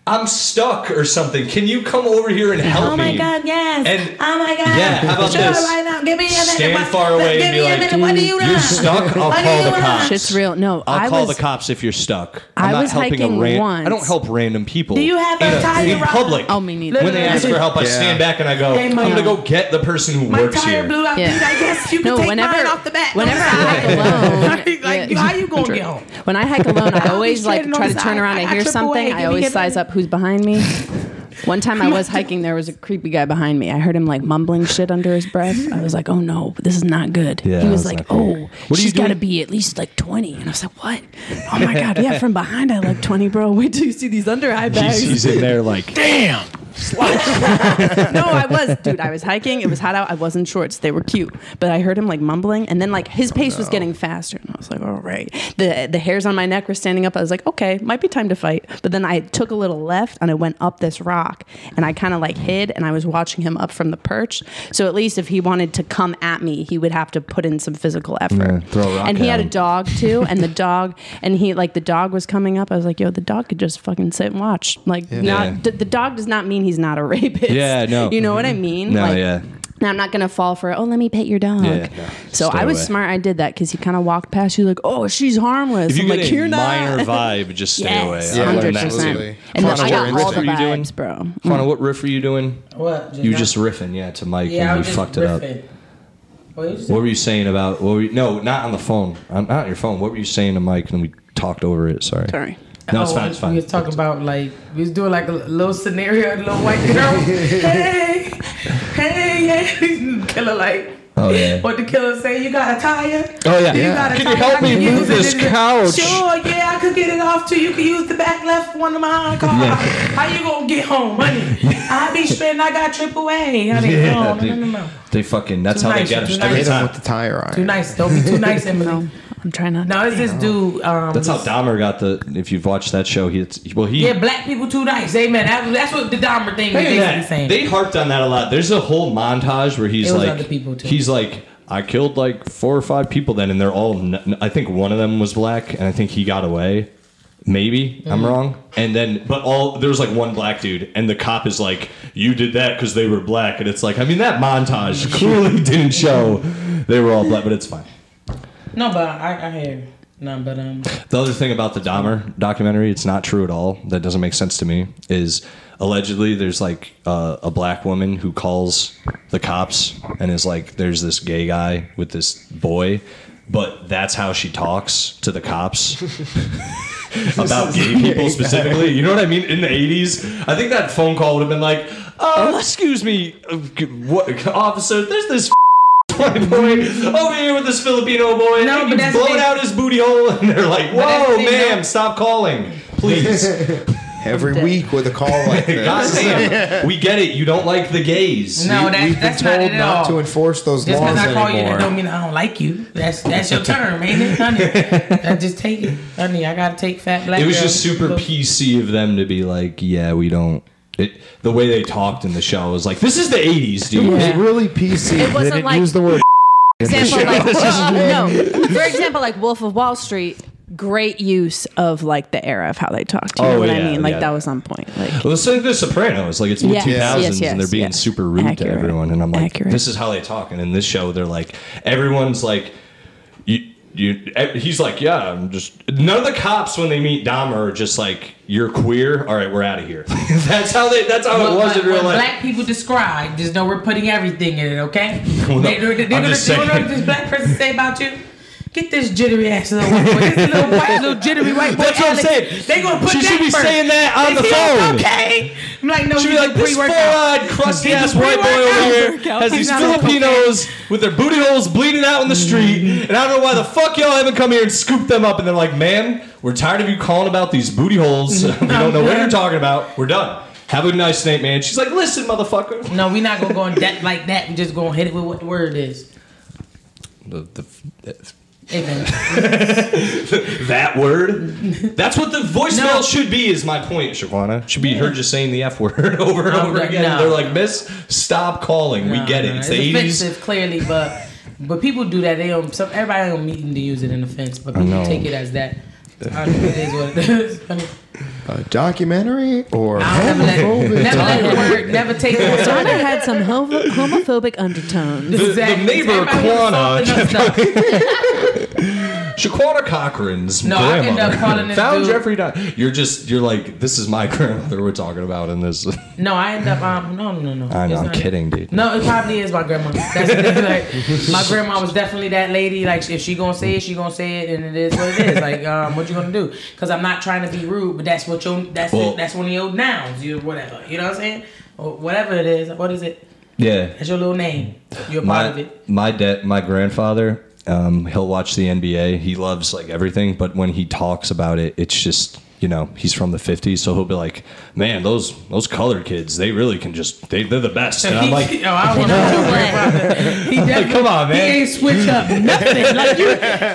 A: I'm stuck or something. Can you come over here and help me?"
E: Oh my god, yes.
A: And-
E: oh my god.
A: Yeah, how about
E: sure,
A: this?
E: Right now. Give me a minute.
A: Stand
E: What-
A: far away
E: Give
A: and
E: me
A: be
E: a
A: like, "Hmm,
E: minute. What do you
A: You're
E: want?
A: stuck. I'll
E: What do
A: call
E: you
A: the
E: want?
A: cops.
B: Shit's real. No,
A: I'll
B: I
A: call
B: was-
A: the cops if you're stuck.
B: I
A: I'm
B: was
A: not helping
B: hiking
A: a ran-
B: once.
A: I don't help random people.
E: Do you have a
A: in
E: tire
A: in
E: rock?
A: public?
B: Oh, me neither.
A: When they ask for help, I
C: Yeah.
A: stand back and I go,
D: Hey,
A: "I'm
D: my-
A: gonna go get the person who
E: My
A: works
E: tire
A: here."
E: blew out.
B: Yeah.
E: dude. I guess you can
B: No,
E: take
B: whenever-
E: mine off the back.
B: whenever I hike alone,
E: like, like
B: yeah.
E: how you gonna get home?
B: When I hike alone, I always like
E: straight
B: try
E: on
B: to
E: the
B: turn
E: side.
B: around
E: I-
B: and
E: I
B: hear
E: trip
B: something.
E: away.
B: I
E: Give me
B: always
E: a
B: size
E: minute.
B: up who's behind me. One time I was hiking, there was a creepy guy behind me. I heard him like mumbling shit under his breath. I was like, "Oh no, this is not good."
A: Yeah,
B: he was
A: that's
B: like,
A: not
B: "Oh,
A: good. What are you
B: she's got to
A: doing?"
B: be at least like 20. And I was like, "What? Oh my god, yeah, from behind I look 20, bro. Wait till you see these under eye bags."
A: in there like, "Damn."
B: no, I was, dude. I was hiking. It was hot out. I was in shorts. They were cute, but I heard him like mumbling, and then like his pace was getting faster, and I was like, all right. the The hairs on my neck were standing up. I was like, okay, might be time to fight. But then I took a little left, and I went up this rock, and I kind of like hid, and I was watching him up from the perch. So at least if he wanted to come at me, he would have to put in some physical effort.
A: Yeah, throw a rock
B: and he
A: at
B: had a
A: him.
B: dog too, and the dog, and he like the dog was coming up. I was like, yo, the dog could just fucking sit and watch. Like,
A: Yeah.
B: not d- the dog does not mean he's not a rapist.
A: Yeah, no. Mm-hmm.
B: You know what I mean?
A: No, yeah.
B: Now I'm not gonna fall for oh let me pet your dog.
A: Yeah, no.
B: so
A: Stay
B: I was
A: away.
B: smart. I did that because he kind of walked past you like oh she's harmless.
A: If you
B: I'm
A: get
B: like
A: a
B: you're
A: minor
B: not.
A: vibe, just stay
B: yes,
A: away. I
C: Yeah,
A: learned
B: hundred
A: that
C: absolutely.
B: percent.
A: too.
B: And
C: Fauna,
B: I got
C: what
B: all the
A: riff were you doing?
B: vibes, bro.
A: Fauna, what riff were you doing?
D: What?
A: You were just riffing, yeah, to Mike,
D: yeah, I
A: and
D: was
A: he
D: just
A: fucked it up.
D: riffing. What you
A: What were you saying about? What were you, no, not on the phone. i not on your phone. What were you saying to Mike? And we talked over it. Sorry.
B: Sorry.
A: No, it's
D: Oh,
A: fine. It's fine.
D: We was talking about like we was doing like a little scenario, a little white girl. hey, hey, hey, killer like.
A: Oh, yeah.
D: What the killer say? You got a tire?
A: Oh, yeah.
D: You got a
A: Can
D: tire?
A: you help
D: I
A: me
D: can
A: move
D: use it
A: this
D: in the-
A: couch?
D: Sure, yeah, I could get it off too. You could use the back left one of my hind car. How you gonna get home, honey? I be spending. I got triple A, honey. no, no, no, no, no.
A: They fucking, that's
D: Too
A: how they
D: nice,
A: get us
D: too
A: every
C: Hit
D: nice.
C: him
A: time.
C: with the tire iron.
D: Too nice. Don't be too nice, Emily.
E: I'm trying not.
D: Now it's this dude. Um,
A: That's how Dahmer got the, if you've watched that show, he, well, he,
D: yeah, black people too nice. Amen. That, that's what the Dahmer thing was
G: Hey,
D: basically
G: that-
D: saying.
A: They harped on that a lot. There's a whole montage where he's
D: It was
A: like,
D: other people, too.
A: he's like, I killed like four or five people then, and they're all. N- n- I think one of them was black, and I think he got away. Maybe I'm
D: Mm-hmm.
A: wrong. And then, but all there's like one black dude, and the cop is like, "You did that because they were black." And it's like, I mean, that montage clearly didn't show they were all black, but it's fine.
D: no, but I, I hear none. But um,
A: The other thing about the Dahmer documentary, it's not true at all. That doesn't make sense to me. Is allegedly there's like uh, a black woman who calls the cops and is like, "There's this gay guy with this boy," but that's how she talks to the cops about gay people specifically. You know what I mean? In the '80s, I think that phone call would have been like, uh, "Excuse me, uh, g- what, officer? There's this." white boy over here with this Filipino boy.
D: No,
A: No,
D: but
A: he's
D: that's
A: blowing
D: the-
A: out his booty hole, and they're like,
D: that's
A: "Whoa,
D: the thing,
A: ma'am,
D: no.
A: stop calling, please."
C: Every week with a call like
A: God
C: this.
A: damn, we get it. You don't like the gays.
D: No,
C: We-
D: that-
C: We've been
D: that's not
C: told
D: it at
C: not
D: all.
C: to enforce those
D: just
C: laws
D: because I call you, that don't
C: anymore.
D: mean I don't like you. That's that's your term, ain't it, honey? I just take it, honey. I gotta take fat black.
A: it was
D: girls.
A: just super
D: Look.
A: PC of them to be like, "Yeah, we don't." It, the way they talked in the show was like, "This is the '80s, dude."
C: It was really PC.
H: It wasn't
C: they didn't
H: like-
C: use the word.
H: example, like, no. For example, like Wolf of Wall Street, great use of like the era of how they talked. You know
A: Oh,
H: what I
A: yeah,
H: mean? Like
A: yeah.
H: that was on point. Like
A: Well, it's like The Sopranos. Like it's mid
H: Yes,
A: two thousands,
H: yes, yes,
A: and they're being
H: yes.
A: super rude
H: Accurate.
A: to everyone. And I'm like,
H: Accurate.
A: this is how they talk. And in this show, they're like, everyone's like, you, you. eh, He's like, yeah, I'm just. None of the cops when they meet Dahmer are just like, you're queer. All right, we're out of here. that's how they. That's how
D: But
A: it was in
D: when-
A: real life.
D: when Black people describe, just know we're putting everything in it, okay?
A: Well,
D: they, they, they,
A: I'm
D: they, gonna-
A: just
D: they know
A: saying.
D: what this black person say about you? Get this jittery ass little white boy. This little white, little jittery white boy.
A: That's what I'm
D: Alex.
A: saying.
D: They gonna put
A: She
D: that
A: should be
D: first.
A: saying that on
D: Is
A: the
D: he
A: phone.
D: Okay. I'm like, no,
A: She'd
D: you
A: be like, this uh,
D: pre-workout.
A: four-eyed, crusty-ass
D: He's a
A: white boy over here
D: pre-workout.
A: has these
D: He's not a
A: Filipinos with their booty holes bleeding out in the street, and I don't know why the fuck y'all haven't come here and scooped them up. And they're like, man, we're tired of you calling about these booty holes. we don't know what you're talking about. We're done. Have a nice night, man. She's like, listen, motherfucker.
D: No, we're not gonna go in depth like that. We're just gonna hit it with what the word is.
A: The, the,
D: Amen.
A: that word. That's what the voicemail
D: No.
A: should be. Is my point, Shawana? Should be her just saying the f word over and
D: No,
A: over
D: but
A: again.
D: Oh, no.
A: They're like, Miss, stop calling. we
D: No,
A: get it.
D: no,
A: It's,
D: it's
A: the 80s.
D: offensive, clearly, but but people do that. They don't. Some, everybody don't mean to use it in offense, but people
A: know.
D: take it as that. I don't know, it is what it is. I mean,
C: A documentary or
D: Never let,
C: homophobic
D: never let the
C: dialogue.
D: word. Never take the word.
E: Donna had some homo- homophobic undertones.
A: The, the
D: Exactly.
A: neighbor
D: Everybody
A: Quana,
D: was insulting us, though.
A: Shaquana Cochran's
D: No, I
A: grandmother,
D: ended up calling this
A: found
D: dude-
A: Jeffrey. Dahmer. You're just you're like this is my grandmother we're talking about in this.
D: No, I end up. Um, no, no, no.
A: I
D: It's
A: know, I'm
D: not-
A: kidding, dude.
D: No, it probably is my grandma. That's the thing, like, my grandma was definitely that lady. Like, if she gonna say it, she gonna say it, and it is what it is. Like, um, what you gonna do? Because I'm not trying to be rude, but that's what your that's
A: Well-
D: it, that's one of your nouns. You whatever. You know what I'm saying? Or whatever it is. What is it?
A: Yeah,
D: That's your little name. You're part of
A: my
D: it.
A: my dad, my grandfather. Um, he'll watch the NBA. He loves like everything, but when he talks about it, it's just you know he's from the '50s, so he'll be like, "Man, those those colored kids, they really can just they they're the best." And I'm like,
D: oh, I don't want to worry about that. He definitely-
A: come on, man.
D: He ain't switch up nothing. Like you,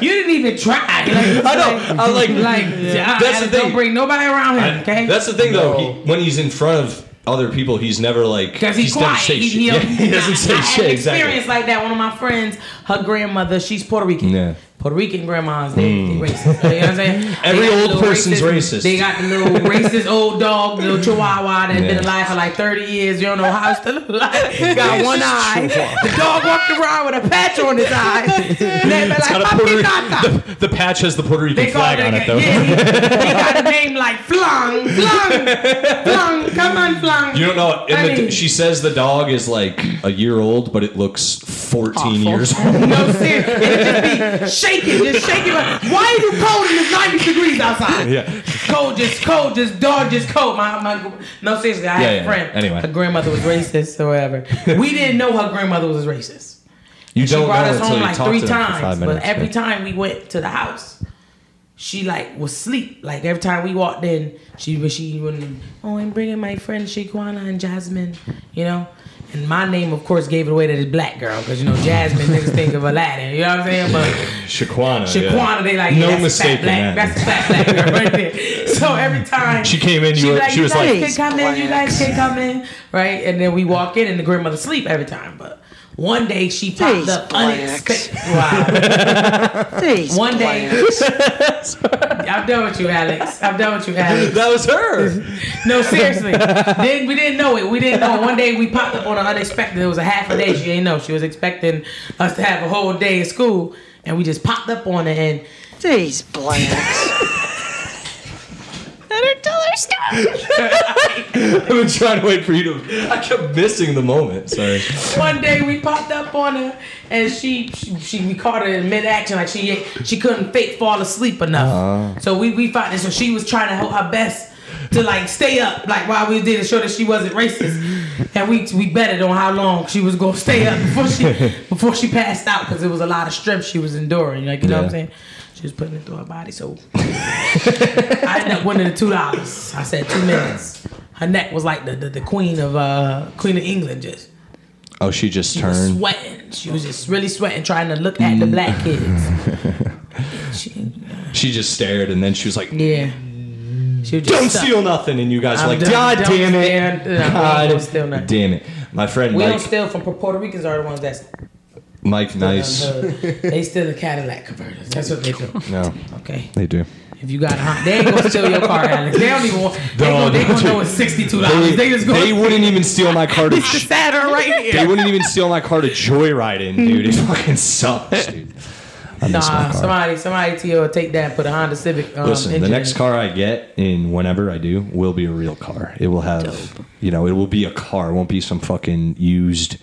D: you didn't even try. Like,
A: I know. I'm like,
D: Like, yeah,
A: That's the
D: don't
A: thing.
D: bring nobody around him.
A: I-
D: okay,
A: That's the thing, though. He, when he's in front of other people, he's never like
D: 'Cause he's,
A: never
D: quiet.
A: say
D: he,
A: shit.
D: he,
A: Yeah, he doesn't
D: I,
A: say
D: I Had
A: shit.
D: an
A: Exactly.
D: Experience like that. One of my friends, her grandmother, she's Puerto Rican.
A: Yeah. Hmm.
D: Puerto Rican grandmas, they, they racist. You know what I'm saying?
A: Every
D: They got
A: old
D: the little
A: person's racist.
D: They got the little racist old dog, little Chihuahua that's been
A: Yeah.
D: alive for like 30 years. You don't know how it's still alive. Got one eye. The dog walked around with a patch on his eye. And they be like,
A: Got a Puerto
D: "Papinata."
A: Rican- the, the patch has the Puerto Rican
D: They call
A: flag
D: it,
A: on it, though.
D: yeah, he, he got a name like Flung, Flung, Flung, come on, Flung.
A: You don't know.
D: I
A: In the,
D: mean-
A: she says the dog is like a year old, but it looks 14 years old.
D: No, seriously. It'd just be shaking, just shaking. Like, why are you cold and it's 90 degrees outside?
A: Yeah.
D: Cold, just cold, just dog, just cold. My, my, no, seriously, I
A: Yeah,
D: had
A: yeah,
D: a friend.
A: anyway.
D: Her grandmother was racist or whatever. we didn't know her grandmother was racist.
I: You
D: She
I: don't
D: brought
I: know
D: us
I: until
D: home
I: you
D: like
I: talk
D: three
I: to them for
D: times,
I: five
D: but
I: minutes,
D: every
I: yeah.
D: time we went to the house, she like was sleep. Like every time we walked in, she was she wouldn't. Oh, I'm bringing my friend Shaquana and Jasmine, you know. And my name, of course, gave it away to this black girl because you know Jasmine niggas think of Aladdin. You know what I'm saying? But
I: Shaquana.
D: Shaquana,
I: yeah.
D: they like
I: no
D: no that's
I: mistake
D: mistake.
I: in that.
D: black, that's a fat black girl right there. So every time
I: She came in, you
D: she,
I: were-
D: like,
I: she was
D: you guys
I: like-
D: can come in, you guys can come in, right? And then we walk in, and the grandmother sleep every time. But one day she popped
E: These
D: up
E: blacks.
D: unexpected. Wow.
E: These
D: One day, I'm done with you, Alex. I'm done with you, Alex.
I: That was her.
D: No, seriously. then we didn't know it. We didn't know. One day we popped up on an unexpected. It was a half a day. She didn't know. She was expecting us to have a whole day of school, and we just popped up on it. And
E: These blacks.
I: I've been trying to wait for you to. I kept missing the moment. Sorry.
D: one day we popped up on her and she she, she we caught her in mid action like she she couldn't fake fall asleep enough. So we we found it. So she was trying to help her best to like stay up like while we did to show that she wasn't racist. And we we betted on how long she was gonna stay up before she before she passed out because it was a lot of strength she was enduring. Like you know what I'm
I: Yeah.
D: saying. She was putting it through her body, so I ended up winning the two dollars. I said two minutes. Her neck was like the, the, the queen of uh, Queen of England, just
A: Oh, she just
D: she was
A: turned.
D: sweating. She was just really sweating, trying to look at the
I: Mm.
D: black kids. she,
I: She just stared, and then she was like,
D: yeah. She was just
I: "Don't
D: stuck.
I: steal nothing," and you guys
D: I'm
I: were like,
D: done.
I: "God
D: Don't
I: damn it!
D: steal- no, we
I: God
D: don't steal nothing."
I: damn it!" My friend
D: We
I: Mike,
D: don't steal from Puerto Ricans are the ones that's
I: Mike, nice.
D: they steal the Cadillac converters. That's what they do.
I: No,
D: Okay,
I: they do.
D: if you got a Honda, they ain't gonna steal your car, Alex. They don't even want. They
I: No,
D: gonna, they
I: they
D: gonna
I: do.
D: know it's sixty two
I: They,
D: dollars. They just gonna.
I: they wouldn't even steal my car to.
D: It's the
I: j-
D: Saturn right here.
I: They wouldn't even steal my car to joyride in, dude.
B: Hmm.
I: It fucking sucks, dude. I miss my
D: Nah,
I: car.
D: somebody, somebody, T.O. take that and put a Honda Civic. Um,
I: Listen, the
D: engine
I: next
D: in it.
I: car I get in whenever I do will be a real car. It will have, you know, it will be a car. It won't be some fucking used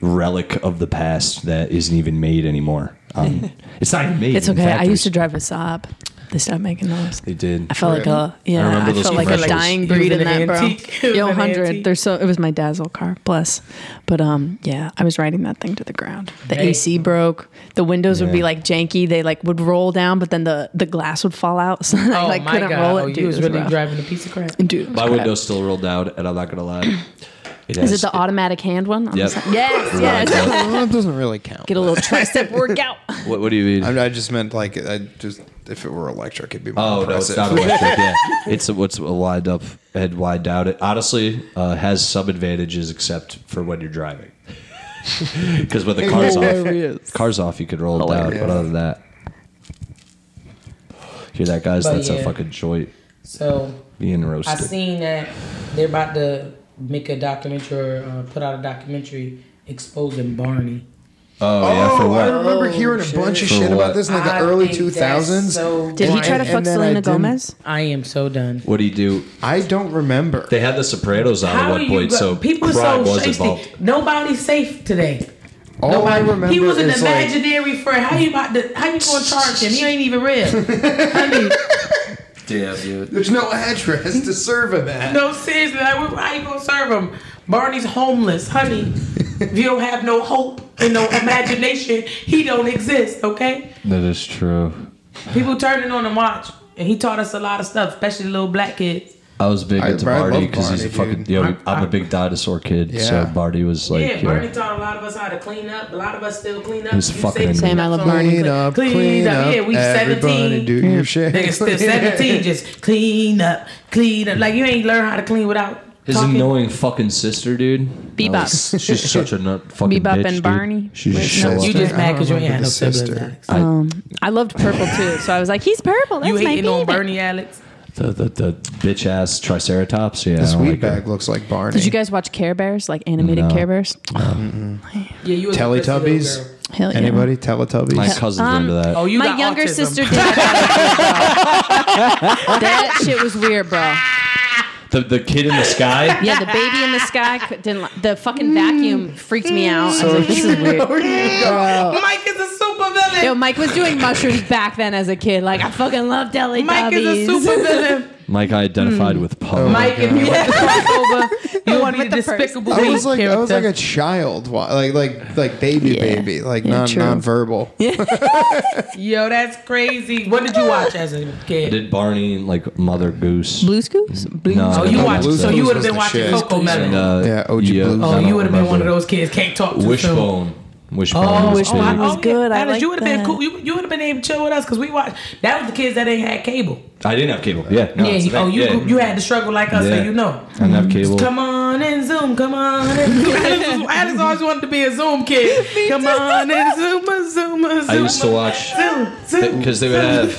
I: relic of the past that isn't even made anymore. Um, it's not even made.
B: It's
I: in
B: okay. I used
I: factories.
B: to drive a Saab. They stopped making those.
I: They did.
B: I felt like
I: I
B: a yeah.
I: remember
B: I,
I: those
B: felt like a
I: commercials.
B: dying
D: It
B: breed
D: was
B: in
D: an
B: that,
D: antique. It
B: bro.
D: was
B: Yo,
D: an
B: hundred.
D: antique.
B: There's so it was my dazzle car. Bless, but um, yeah, I was riding that thing to the ground. The
D: Hey.
B: AC broke. The windows would be
I: Yeah.
B: like janky. They like would roll down, but then the the glass would fall out. So I like couldn't roll it.
D: Oh,
B: Dude,
D: you was really
B: rough.
D: driving a piece of crap.
B: Dude, it was
A: My
B: crap.
A: window's still rolled out, and I'm not gonna lie.
B: Is it the automatic hand one? On the
A: Yep.
B: side? Yes, yes.
C: Well, it doesn't really count.
B: Get a little tricep workout.
A: What, what do you mean?
C: I, I just meant like I just if it were electric, it'd be more
A: Oh no, it's
C: impressive.
A: not electric. yeah, it's a, what's a wide up head wide out. It honestly uh, has some advantages except for when you're driving, because when the car's off, car's off, you could roll it down. But other than that, hear that, guys?
D: But
A: that's
D: yeah.
A: a fucking joint
D: So
A: being
D: I
A: roasted.
D: seen that they're about to make a documentary or uh, put out a documentary exposing Barney.
A: Oh, yeah, for
C: I
A: what?
C: remember hearing a bunch of
A: For
C: Oh, shit
A: what?
C: about this in like the
D: I
C: early
D: think
C: two
D: that's
C: thousands.
D: so
B: Did he
D: boring.
B: try to
C: And
B: fuck
C: then I
B: Selena
C: didn't-
B: Gomez?
D: I am so done.
A: What do you do?
C: I don't remember.
A: They had the Sopranos on at
D: How do
A: one
D: you
A: point,
D: go-
A: so
D: people are
A: crime
D: so
A: was
D: shifty.
A: involved.
D: Nobody's safe today.
C: All I remember
D: he was an
C: is like
D: imaginary friend. How you about to? How you gonna charge him? He ain't even real. Honey,
A: Damn, dude.
C: there's no address to serve him at.
D: no, seriously, like, wh- how you gonna serve him? Barney's homeless, honey. if you don't have no hope and no imagination, he don't exist. Okay.
A: That is true.
D: People turning on and watch, and he taught us a lot of stuff, especially little black kids.
A: I was big
C: I-
A: into
C: I love
A: Barney because he's a
C: Barney,
A: fucking.
C: dude.
A: Yeah, we- I'm a big dinosaur kid, so
C: Yeah.
A: Barney was like.
D: yeah,
A: you know,
D: Bernie taught a lot of us how to clean up. A lot of us still clean up.
A: It's fucking Same,
B: I love
D: Barney.
C: Clean up, clean, up.
D: Yeah, we
C: everybody
D: seventeen.
C: do your shit.
D: Nigga still seventeen, just clean up, clean up. Like you ain't learn how to clean without
A: His
D: talking.
A: annoying fucking sister, dude.
B: Bebop.
A: That was- she's such a nut fucking
B: Bebop
A: bitch,
B: and
A: dude.
B: Barney.
A: She just
B: With no-
A: shows
D: You
A: up.
D: just
C: I
D: mad
C: don't
D: because you ain't had
C: remember
D: no
C: the
D: siblings.
C: sister.
D: Alex.
B: Um, I loved purple too, so I was like, he's purple. That's
D: You
B: my
D: hating on
B: favorite.
D: Bernie, Alex?
A: The, the, the bitch ass Triceratops. Yeah, I
C: This
A: don't
C: weed
A: like uh, her.
C: bag looks like Barney.
B: Did you guys watch Care Bears, like animated
A: No.
B: Care Bears?
D: Yeah, you was a
C: Teletubbies?
D: pussy little girl.
B: Hell yeah.
C: Anybody? Teletubbies?
A: My cousin's into that.
D: Oh, you
B: My
D: got
B: younger
D: autism.
B: sister did. that shit was weird, bro.
A: The, the kid in the sky.
B: Yeah, the baby in the sky cou- didn't. Li- the fucking vacuum freaked me out. I was like, this is weird.
D: Mike is a super villain.
B: Yo, Mike was doing mushrooms back then as a kid. Like I fucking loved Teletubbies.
D: Mike is a super villain.
A: Mike identified with
C: Oh,
A: Poe.
D: Hmm. Mike, if you want to crossover, you want to
B: with
D: be
B: the
D: the
B: purse.
D: despicable
C: I
D: me
C: was like I was like
D: character.
C: a child, wa- like like like baby baby, like non
E: true.
C: nonverbal.
D: Yo, that's crazy. What did you watch as a
A: I
D: kid?
A: did Barney and like Mother Goose?
B: Blue scoops? Blue
A: No,
D: oh,
A: I
D: you
A: don't
D: watched.
A: know
D: So
A: that.
D: you
C: Blues
D: would have
C: was
D: been
C: the
D: watching
C: shit.
D: Coco
A: And,
D: Melon.
A: uh,
C: Yeah, OG Blues.
A: I
D: oh,
A: don't
D: you would have been one
A: remember.
D: of those kids. Can't talk too soon.
A: Wishbone. Wishbone.
D: Oh,
A: was
D: oh, I,
A: big.
D: oh,
E: good. I
D: Alice, you would
E: liked
D: have been
E: that.
D: cool. You, you would have been able to chill with us because we watched. That was the kids that ain't had cable.
A: I didn't have cable. Yeah. No,
D: yeah.
A: it's
D: You,
A: the
D: oh,
A: thing.
D: you
A: Yeah.
D: you had to struggle like us,
A: Yeah.
D: so you know.
A: I didn't have cable.
D: Come on and zoom. Come on and zoom. Alice, was- Alice always wanted to be a zoom kid. Come on and zoom, a zoom, a zoom.
A: I used to watch
D: Zoom, zoom.
A: because they would have.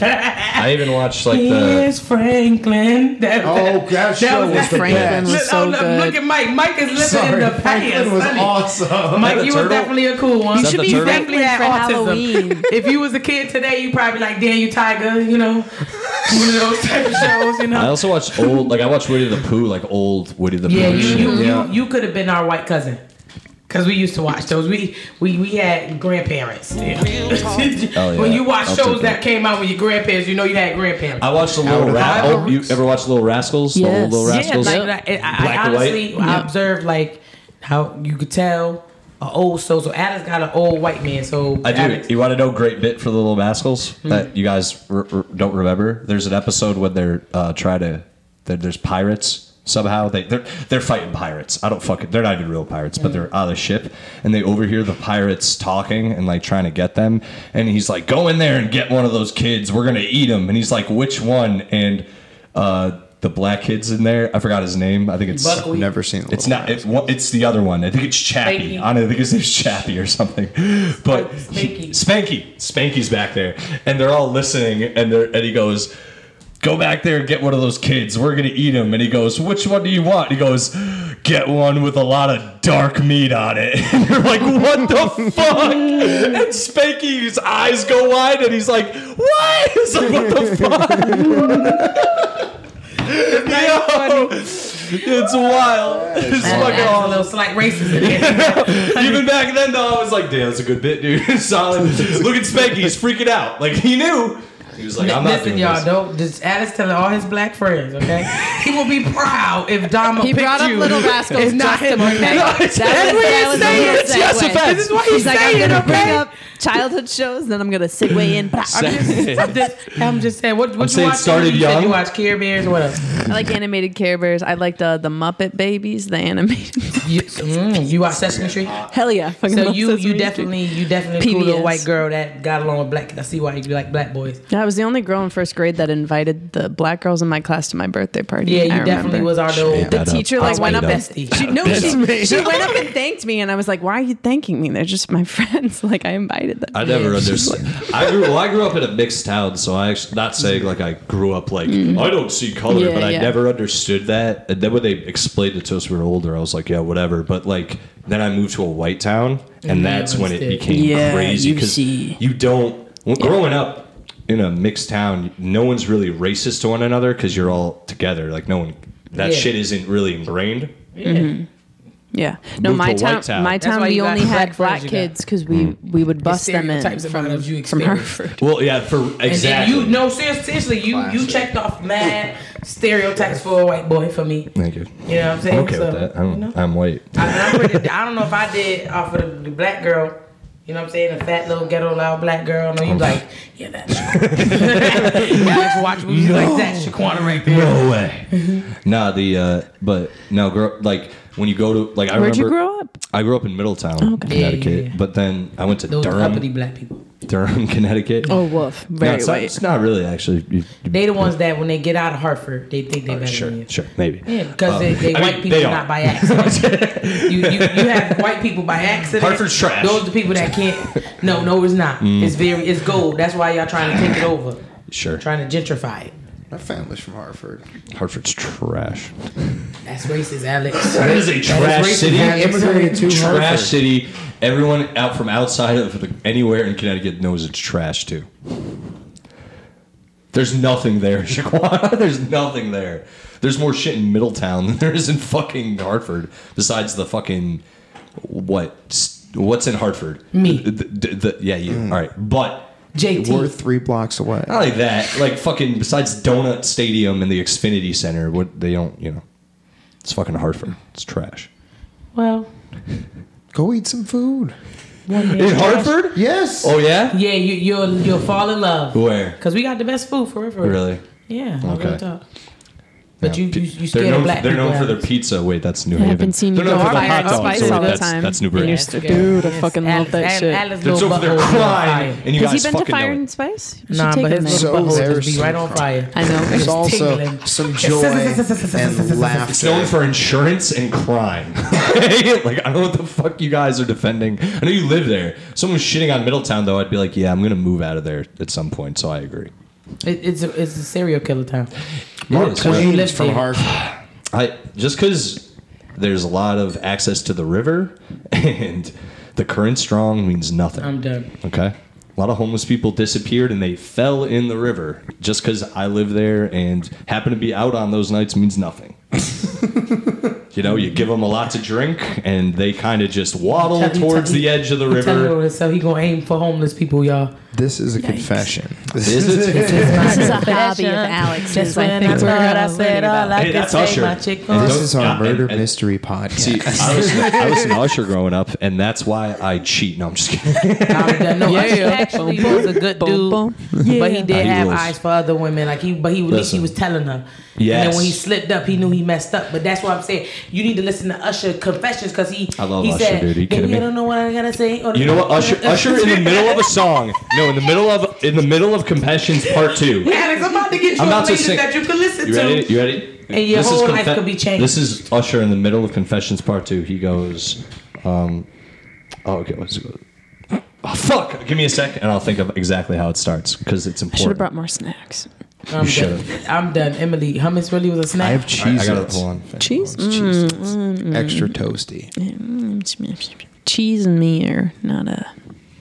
A: I even watched like the.
D: Here's Franklin. That,
C: Oh, that show was the
B: Franklin
C: best.
B: was so
D: look,
B: good.
D: look at Mike. Mike is living in
C: Sorry,
D: the past.
C: Franklin was
D: honey.
C: awesome.
D: Mike, you were
A: turtle?
D: definitely a cool one.
A: Is that should the be turtle?
D: definitely had
E: Franklin for
D: autism.
E: Halloween.
D: if you was a kid today, you probably like Daniel Tiger, you know, one of those type of shows, you
A: I
D: know.
A: also watched old, like I watched Woody the Pooh, like old Woody the Pooh.
D: Yeah, you
A: shit.
D: you,
C: Yeah.
D: you, you could have been our white cousin. Cause we used to watch those. We we, we had grandparents.
A: Oh,
D: When
A: yeah.
D: you watch
A: I'll
D: shows
A: take
D: that
A: that.
D: came out with your grandparents, you know you had grandparents.
A: I watched the Little
C: of
A: Ra-
C: the
A: oh, You ever watched Little Rascals? The old
E: Yes.
A: Little
E: Yeah,
D: Yeah,
A: Rascals.
D: like, like, I,
A: Black
D: I
A: and white.
D: honestly I observed like how you could tell an old soul. So Alex got an old white man. So
A: I do.
D: Alex-
A: You want to know great bit for the Little Rascals that you guys r- r- don't remember? There's an episode when they're uh, try to there- there's pirates somehow they they're they're fighting pirates. I don't fucking they're not even real pirates, but they're on the ship and they overhear the pirates talking and like trying to get them. And he's like, "Go in there and get one of those kids. We're gonna eat him." And he's like, "Which one?" And uh, the black kid's in there. I forgot his name. I think it's.
D: But we-
C: Never seen.
A: It's not. It's, one- it's the other one. I think it's Chappie.
D: Spanky. Oh,
A: I don't think his name's Chappie or something. But
D: Spanky.
A: Spanky, Spanky's back there, and they're all listening, and they're and he goes, "Go back there and get one of those kids. We're gonna eat him." And he goes, "Which one do you want?" He goes, "Get one with a lot of dark meat on it." And you're like, "What the fuck?" And Spanky's eyes go wide, and he's like, "What?" It's like, "What the fuck?" Yo, it's wild. It's
D: Alex
A: fucking
D: is a
A: awesome.
D: little slight racist. in there.
A: Even back then, though, I was like, damn, that's a good bit, dude. Solid. Look at Spanky. He's freaking out. Like, he knew. He was like, I'm not
D: Listen,
A: doing
D: y'all,
A: this.
D: don't just Alex telling all his black friends, okay? He will be proud if Dama
B: He
D: picked
B: brought up
D: you.
B: Little Rascals
D: It's not
B: just
D: him,
B: to
D: okay?
B: No,
D: That's
B: That was- that was a little
A: Yes,
B: segue.
A: offense.
D: This is what he's,
E: He's like, I'm
D: saying,
E: gonna bring
D: okay?
E: up childhood shows, then I'm gonna segue in. But I-
D: I'm just, I'm just saying. What, what you
A: saying
D: watch?
A: started
D: you Said
A: young.
D: you watch Care Bears or what else?
H: I like animated Care Bears. I like the the Muppet Babies, the animated.
D: You, mm, you watch Sesame Street?
H: Hell yeah! fucking
D: So
H: love
D: you
H: Sesame
D: you
H: Street.
D: definitely you definitely cool little
H: PBS.
D: white girl that got along with black. I see why you like black boys.
H: I was the only girl in first grade that invited the black girls in my class to my birthday party.
D: Yeah, you
H: I
D: definitely
H: remember.
D: was our little.
H: The teacher like went up and
D: Bestie.
H: she, no, she, she went up and thanked me, and I was like, "Why are you thanking me? They're just my friends. Like I invited them."
A: I never understood. I grew well, I grew up in a mixed town, so I actually, not saying like I grew up like
D: Mm.
A: I don't see color,
H: Yeah,
A: but I
H: yeah.
A: never understood that. And then when they explained it to us, when we were older. I was like, yeah, whatever. But like then I moved to a white town, and that's when it
D: understood.
A: became
E: Yeah,
A: crazy
E: you
A: because
E: see.
A: you don't well, growing up in a mixed town. No one's really racist to one another because you're all together. Like no one that
D: Yeah.
A: shit isn't really ingrained.
H: Yeah. No,
A: Moved to
H: my
A: a white
H: town,
A: town.
H: my
A: That's
H: town,
D: why
H: we
D: you got
H: only had
D: black friends
H: black
D: you got.
H: kids because we we would bust them in
D: stereotypes about
H: from
D: us you
H: from
D: experienced.
H: Harvard.
A: Well, yeah, for
D: And then
A: exactly.
D: you no ser- seriously you you checked off mad stereotypes for a white boy for me.
A: Thank you.
D: You know what I'm saying?
A: I'm okay
D: so,
A: with that. I'm,
D: you know,
A: I'm white.
D: I, mean, I'm pretty, I don't know if I did off of the, the black girl. You know what I'm saying? The fat little ghetto loud black girl. No, you like yeah that's. Shaquana. you like to watch movies like that Shaquana right there.
A: No way. nah, the uh, but no, grow, like when you go to like I
H: Where'd
A: remember
H: you grow up? Oh,
A: I grew up in Middletown, Connecticut,
D: Yeah, yeah, yeah.
A: but then I went to
D: Those uppity
A: Durham,
D: black people.
A: Durham, Connecticut.
H: Oh, woof.
A: no,
H: Very
A: it's not,
H: white.
A: it's not really actually. You, you-
D: They the ones that when they get out of Hartford, they think they better
A: Uh, sure,
D: than you.
A: sure, maybe.
D: Yeah, because they, they
A: I mean,
D: white people
A: they are.
D: not by accident. you, you, you have white people by accident.
A: Hartford's trash. Mm.
D: Those are the people that can't. No, no, it's not. It's very, it's gold. That's why y'all trying to take it over,
A: Sure,
D: trying to gentrify it.
C: My family's from Hartford.
A: Hartford's trash.
D: That's racist, Alex.
A: That is a trash
D: racist.
A: city.
D: Yeah,
C: immigrated to
A: trash
C: Hartford.
A: city. Everyone out from outside of the, anywhere in Connecticut knows it's trash too. There's nothing there, Shaquana. There's nothing there. There's more shit in Middletown than there is in fucking Hartford. Besides the fucking what? What's in Hartford?
D: Me.
A: The- the- the- yeah, you. All right, but
D: JT.
C: We're three blocks away.
A: Not like that. Like fucking besides Donut Stadium and the Xfinity Center, what they don't, you know. It's fucking Hartford. It's trash.
D: Well,
C: Go eat some food.
D: one
A: In
D: day.
A: Hartford?
C: Yes.
A: Oh yeah?
D: Yeah, you, you'll you'll fall in love.
A: Where?
D: Cause we got the best food for it.
A: Really?
D: Yeah. Okay.
A: Okay.
D: Real talk. But you, you, you
A: They're
D: scared
A: known,
D: of black
A: they're
D: people.
A: known for their
D: Alex.
A: pizza. Wait, that's New Haven.
H: been seeing
A: they're
H: you
A: known
H: go
A: for their
H: fire
A: hot
H: and
A: dogs.
H: spice
A: so
H: all the
A: that's,
H: time.
A: that's New
D: Yeah,
A: Brunswick.
D: it's okay.
B: Dude, I
D: Yes,
B: fucking love
D: Alex-
B: that
D: Alex-
B: shit.
D: Alex
A: They're
D: little
A: so they're
D: butthole is on
A: crying,
D: fire.
A: and you guys
H: Has he been to
A: fucking
H: Fire
A: know
H: and
A: it.
H: Spice? You should
D: Nah,
H: take
D: but
H: him there.
D: his
C: So
D: little butthole just
C: there's
D: be right on fire.
H: I know.
C: There's also
D: tingling.
C: some joy and
A: It's known
C: laughter.
A: for insurance and crime. like I don't know what the fuck you guys are defending. I know you live there. Someone's shitting on Middletown though. I'd be like, yeah, I'm gonna move out of there at some point. So I agree.
D: It, it's a, it's a serial killer town.
A: Mark
D: Where you
C: Queens
D: live
C: from
D: there.
C: Hartford.
A: I just because there's a lot of access to the river and the current strong means nothing.
D: I'm done.
A: Okay. A lot of homeless people disappeared and they fell in the river. Just because I live there and happen to be out on those nights means nothing. you know, you give them a lot to drink and they kind of just waddle
D: Tell- he-
A: towards
D: tell-
A: the edge of the
D: He telling
A: river.
D: all this, so he gonna aim for homeless people, y'all.
C: This is a confession. This
A: Is it?
H: This is a hobby of Alex's. I think we're
D: I said all
A: Hey, that's Usher.
D: chicken.
A: Don't-
C: This is our
A: yeah,
C: murder
A: and- and-
C: mystery podcast.
A: See, I was, I was an usher growing up, and that's why I cheat. No, I'm just kidding.
D: I'm done. No, Usher
J: Yeah.
D: actually was a good dude, but he did
A: He
D: have
A: was.
D: eyes for other women. Like he, but he at least he
A: Listen.
D: was telling her. And
A: Yes.
D: then when he slipped up, he knew he messed up. But that's why I'm saying you need to listen to Usher confessions because he
A: I love
D: he
A: Usher,
D: said,
A: dude. Are you
D: "If
A: kidding me?"
D: don't know what I gotta say. or-
A: You know what, Usher? Usher in the middle of a song. No, in the middle of in the middle of Confessions Part Two.
D: Alex, I'm about to get you
A: I'm
D: a
A: about to
D: lady
A: sing-
D: that you can listen
A: You ready?
D: to.
A: You ready?
D: And your whole life could be changed.
A: This is Usher in the middle of Confessions Part Two. He goes, um, "Oh, okay, what's it go? Oh, fuck! Give me a second, and I'll think of exactly how it starts because it's
H: Should have
A: important."
H: brought more snacks.
D: I'm done.
A: should've.
D: I'm done. Emily, hummus really was a snack.
C: I have
A: All right, I
C: cheese.
A: gotta hold on.
H: Cheese? Mm-hmm.
C: Extra toasty.
H: Cheese and me are not a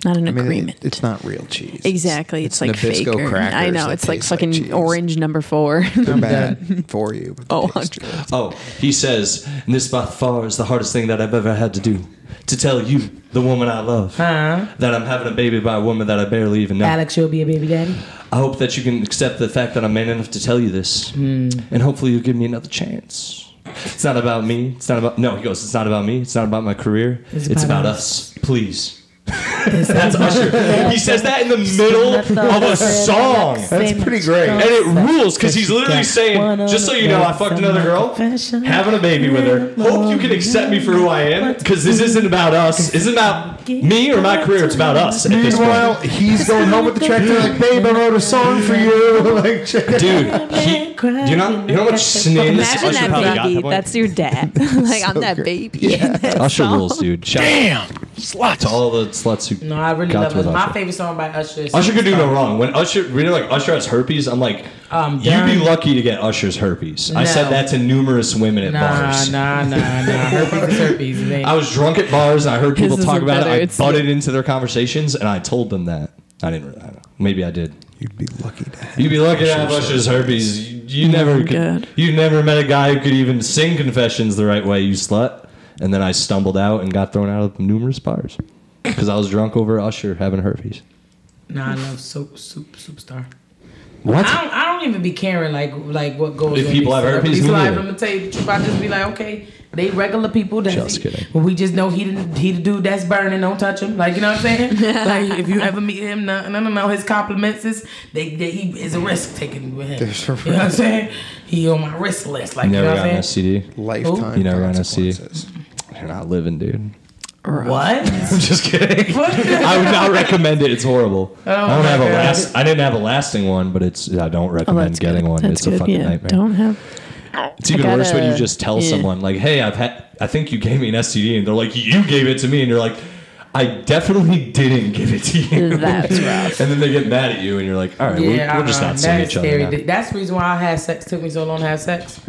H: not an
C: I mean,
H: agreement.
C: it- it's not real cheese.
H: exactly. It's, like fake.
C: Nabisco
H: or- I
C: crackers
H: know.
C: that
H: It's like
C: taste like
H: fucking
C: cheese.
H: orange number four.
C: They're bad for you. but
H: Oh,
C: they taste
H: 100.
C: good.
A: Oh, he says, and this by far is the hardest thing that I've ever had to do to tell you, the woman I love,
D: Huh?
A: that I'm having a baby by a woman that I barely even know.
D: Alex, you'll be a baby daddy.
A: I hope that you can accept the fact that I'm man enough to tell you this. And hopefully you'll give me another chance. It's not about me. It's not about. No, he goes, it's not about me. It's not about my career. It's,
D: It's
A: about,
D: about
A: us. Please. That's Usher. He says that in the middle of a song.
C: That's pretty great.
A: And it rules because he's literally saying, just so you know, I fucked another girl, having a baby with her. Hope you can accept me for who I am because this isn't about us. This isn't about me or my career. It's about us at this point.
C: Meanwhile, he's going home with the tractor like, babe, I wrote a song for you. like, check it out.
A: Dude, he, do you know, you know how much snin this
H: Imagine
A: Usher probably
H: that
A: got?
H: baby.
A: Probably-
H: That's your dad. like I'm that baby.
A: Usher rules, dude. Shout Damn, sluts. To all the sluts who
D: No, I really
A: got
D: love
A: with
D: it. My
A: Usher.
D: favorite song by Usher is
A: Usher could do no wrong. When Usher, you know, like Usher has herpes, I'm like,
D: Um,
A: you'd be
D: done.
A: lucky to get Usher's herpes. I said
D: No.
A: that to numerous women at
D: Nah,
A: bars.
D: nah, nah, nah. Herpes is herpes. It ain't.
A: I was drunk at bars and I heard people
J: His
A: talk
J: isn't
A: about
J: better,
A: it. I
J: it's-
A: butted into their conversations and I told them that. I didn't. Really, I don't know. Maybe I did.
C: You'd be lucky to have
A: You'd be lucky to have Usher's herpes. You, you never could,
H: God.
A: you never met a guy who could even sing confessions the right way, you slut. And then I stumbled out and got thrown out of numerous bars because I was drunk over Usher having herpes.
D: nah, I love soap, soup, superstar. What? I don't, I don't even be caring like like what goes.
A: If
D: on
A: people
D: these
A: have herpes,
D: celebrities'
A: me
D: life.
A: neither.
D: I'm gonna tell you the truth. I just be like, okay, they regular people. That's
A: Just kidding.
D: Well, we just know he the, he the dude that's burning. Don't touch him. Like you know what I'm saying? like if you ever meet him, no, no, no, no. His compliments is they, they he is a risk taking with him.
C: There's a
D: you know what I'm saying? He on my risk list. Like
A: You
D: you,
A: never
D: know
A: got
D: what
A: an
D: I'm saying?
A: STD.
C: lifetime
A: You never run a C.
C: consequences.
A: You're not living, dude.
D: What? Oh
A: I'm just kidding. I would not recommend it. It's horrible. I don't
D: my
A: have a
D: God.
A: last. I didn't have a lasting one, but it's. I don't recommend getting one. it's a fucking nightmare.
H: Don't have.
A: It's even
H: gotta-
A: worse when you just tell
H: yeah.
A: someone like, "Hey, I've had. I think you gave me an STD," and they're like, "You gave it to me," and you're like, "I definitely didn't give it to you."
H: That's rough.
A: And then they get mad at you, and you're like, "All right, we're, we're just
D: uh-uh,
A: not seeing
D: that's
A: each other."
D: scary.
A: now."
D: That's the reason why I had sex. Took me so long to have sex.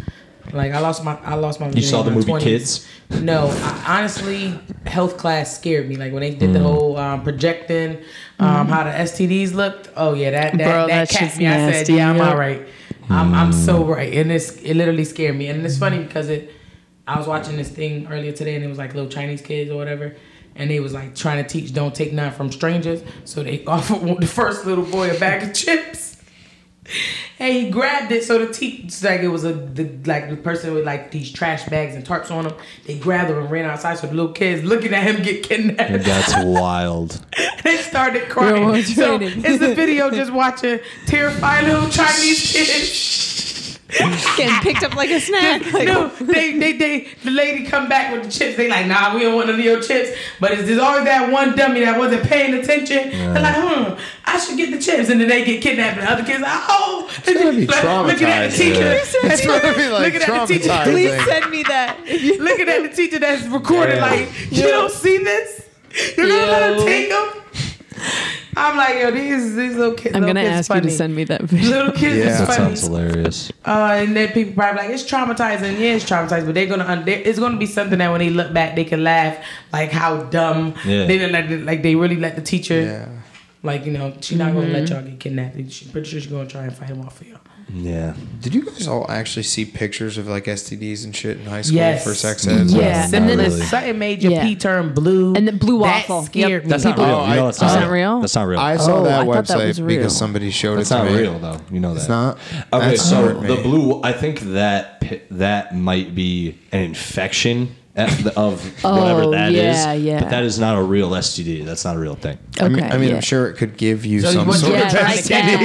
D: Like I lost my, I lost my.
A: You saw the movie Kids?
D: No, I, honestly, health class scared me. Like when they did
A: Hmm.
D: the whole um, projecting, um, how the STDs looked. Oh yeah, that that
H: Bro,
D: that
H: that
D: cat
H: shit's
D: me. I said,
H: nasty,
D: yeah, I'm
H: yeah.
D: all right. I'm I'm so right, and it's it literally scared me. And it's funny because it, I was watching this thing earlier today, and it was like little Chinese kids or whatever. and they was like trying to teach don't take none from strangers. So they offered the first little boy a bag of chips. And he grabbed it, so the teach like it was a the, like the person with like these trash bags and tarps on them. They grabbed him and ran outside. So the little kids looking at him get kidnapped.
A: That's wild.
D: they started crying.
B: Real
D: so
B: training.
D: it's a video just watching terrified little Chinese kids.
H: Getting picked up like a snack. Like,
D: no, they, they, they, the lady come back with the chips. They like, nah, we don't want none of your chips. But it's there's always that one dummy that wasn't paying attention. They're like, hmm, I should get the chips, and then they get kidnapped. And the other kids, like, oh,
A: be
D: looking at the
A: traumatized,
D: teacher.
A: yeah.
D: That's
C: It's gonna be like
D: looking at the teacher.
C: traumatizing.
D: Please
H: send me that.
D: looking at the teacher that's recorded,
A: Yeah.
D: like, you don't see this? You're gonna let her take them? I'm like, yo, these these little kids.
B: I'm
D: little
B: gonna
D: kids
B: ask
D: funny.
B: you to send me that video.
D: Little kids
C: Yeah.
D: is
C: That
D: funny.
A: Sounds hilarious.
D: Uh, and then people probably like it's traumatizing. Yeah, it's traumatizing, but they're gonna un- they- it's gonna be something that when they look back, they can laugh like how dumb
A: Yeah.
D: they didn't let the, like they really let the teacher
C: Yeah.
D: like you know she's not gonna
E: Mm-hmm.
D: let y'all get kidnapped. She's pretty sure she's gonna try and fight him off for y'all.
A: Yeah.
C: Did you guys all actually see pictures of like STDs and shit in high school
D: Yes.
C: for sex ed?
A: Yeah.
D: And then
A: Not
D: if
A: really.
D: something made your
B: Yeah.
D: pee turn blue
B: And the blue
D: that
B: waffle.
D: scared
B: Yep.
D: me.
A: That's not
C: Oh,
A: real. you
C: I-
A: know it's
C: Is
A: not,
C: that
B: real?
A: That's not real.
C: I saw
B: Oh,
C: that
B: I thought that
C: website
B: was real.
C: because somebody showed
A: That's
C: it to
A: not
C: me.
A: real though. You know that.
C: It's not.
A: Okay,
C: That's
A: so
C: hurt me.
A: the blue. I think that pi- that might be an infection at the- of whatever
B: Oh,
A: that is.
B: yeah, yeah.
A: But that is not a real STD. That's not a real thing.
C: I mean, I mean
B: yeah.
C: I'm sure it could give you
D: So you
C: some
D: want
C: sort
D: to
C: of
D: get
E: Yeah, like that.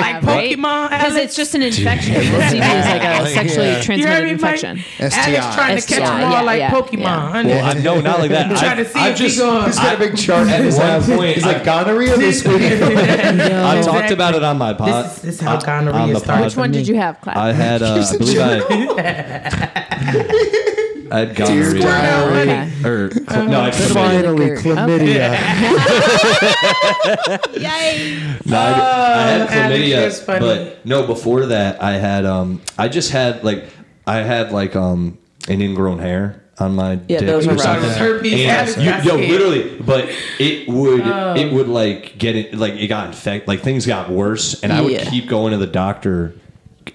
E: Yeah,
D: like
E: right?
D: Pokemon,
E: Because
D: Alex.
E: it's just an infection. STD is like
C: Yeah.
E: a sexually
C: Yeah.
D: You heard
E: transmitted
D: me, Mike?
E: infection.
C: STI.
D: Alex trying to catch
E: STI,
D: them all
E: yeah,
D: like
E: yeah,
D: Pokemon.
E: yeah.
D: honey.
A: Well, I, no, not like that.
D: Trying
A: I,
D: to see
A: I
D: if he
A: just.
D: gonna-
C: He's got a big chart
A: At
C: at his
A: one
C: house.
A: point,
C: He's
A: I-
C: like gonorrhea this week.
A: I talked
D: Exactly.
A: about it on my pod.
D: This is- this is how
A: on-
D: gonorrhea
A: on the
D: started.
A: pod.
D: Which
E: Which one did you have, Clyde?
A: I had. Uh, I believe I. I had gonorrhea.
D: Okay.
A: Or no, I chlamydia.
C: Finally,
H: Oh,
C: chlamydia.
A: No, I, I had
D: Oh, Alex, that's
A: chlamydia,
D: funny.
A: but no. Before that, I had um, I just had like, I had like um, an ingrown hair on my yeah, dick
B: those
A: or
B: are rough.
D: Thought it
A: something.
D: was herpes. Alex
A: And you,
D: got
A: yo,
D: scared.
A: literally, but it would
D: Oh.
A: it would like get it like it got infected, like things got worse, and I would
B: Yeah.
A: keep going to the doctor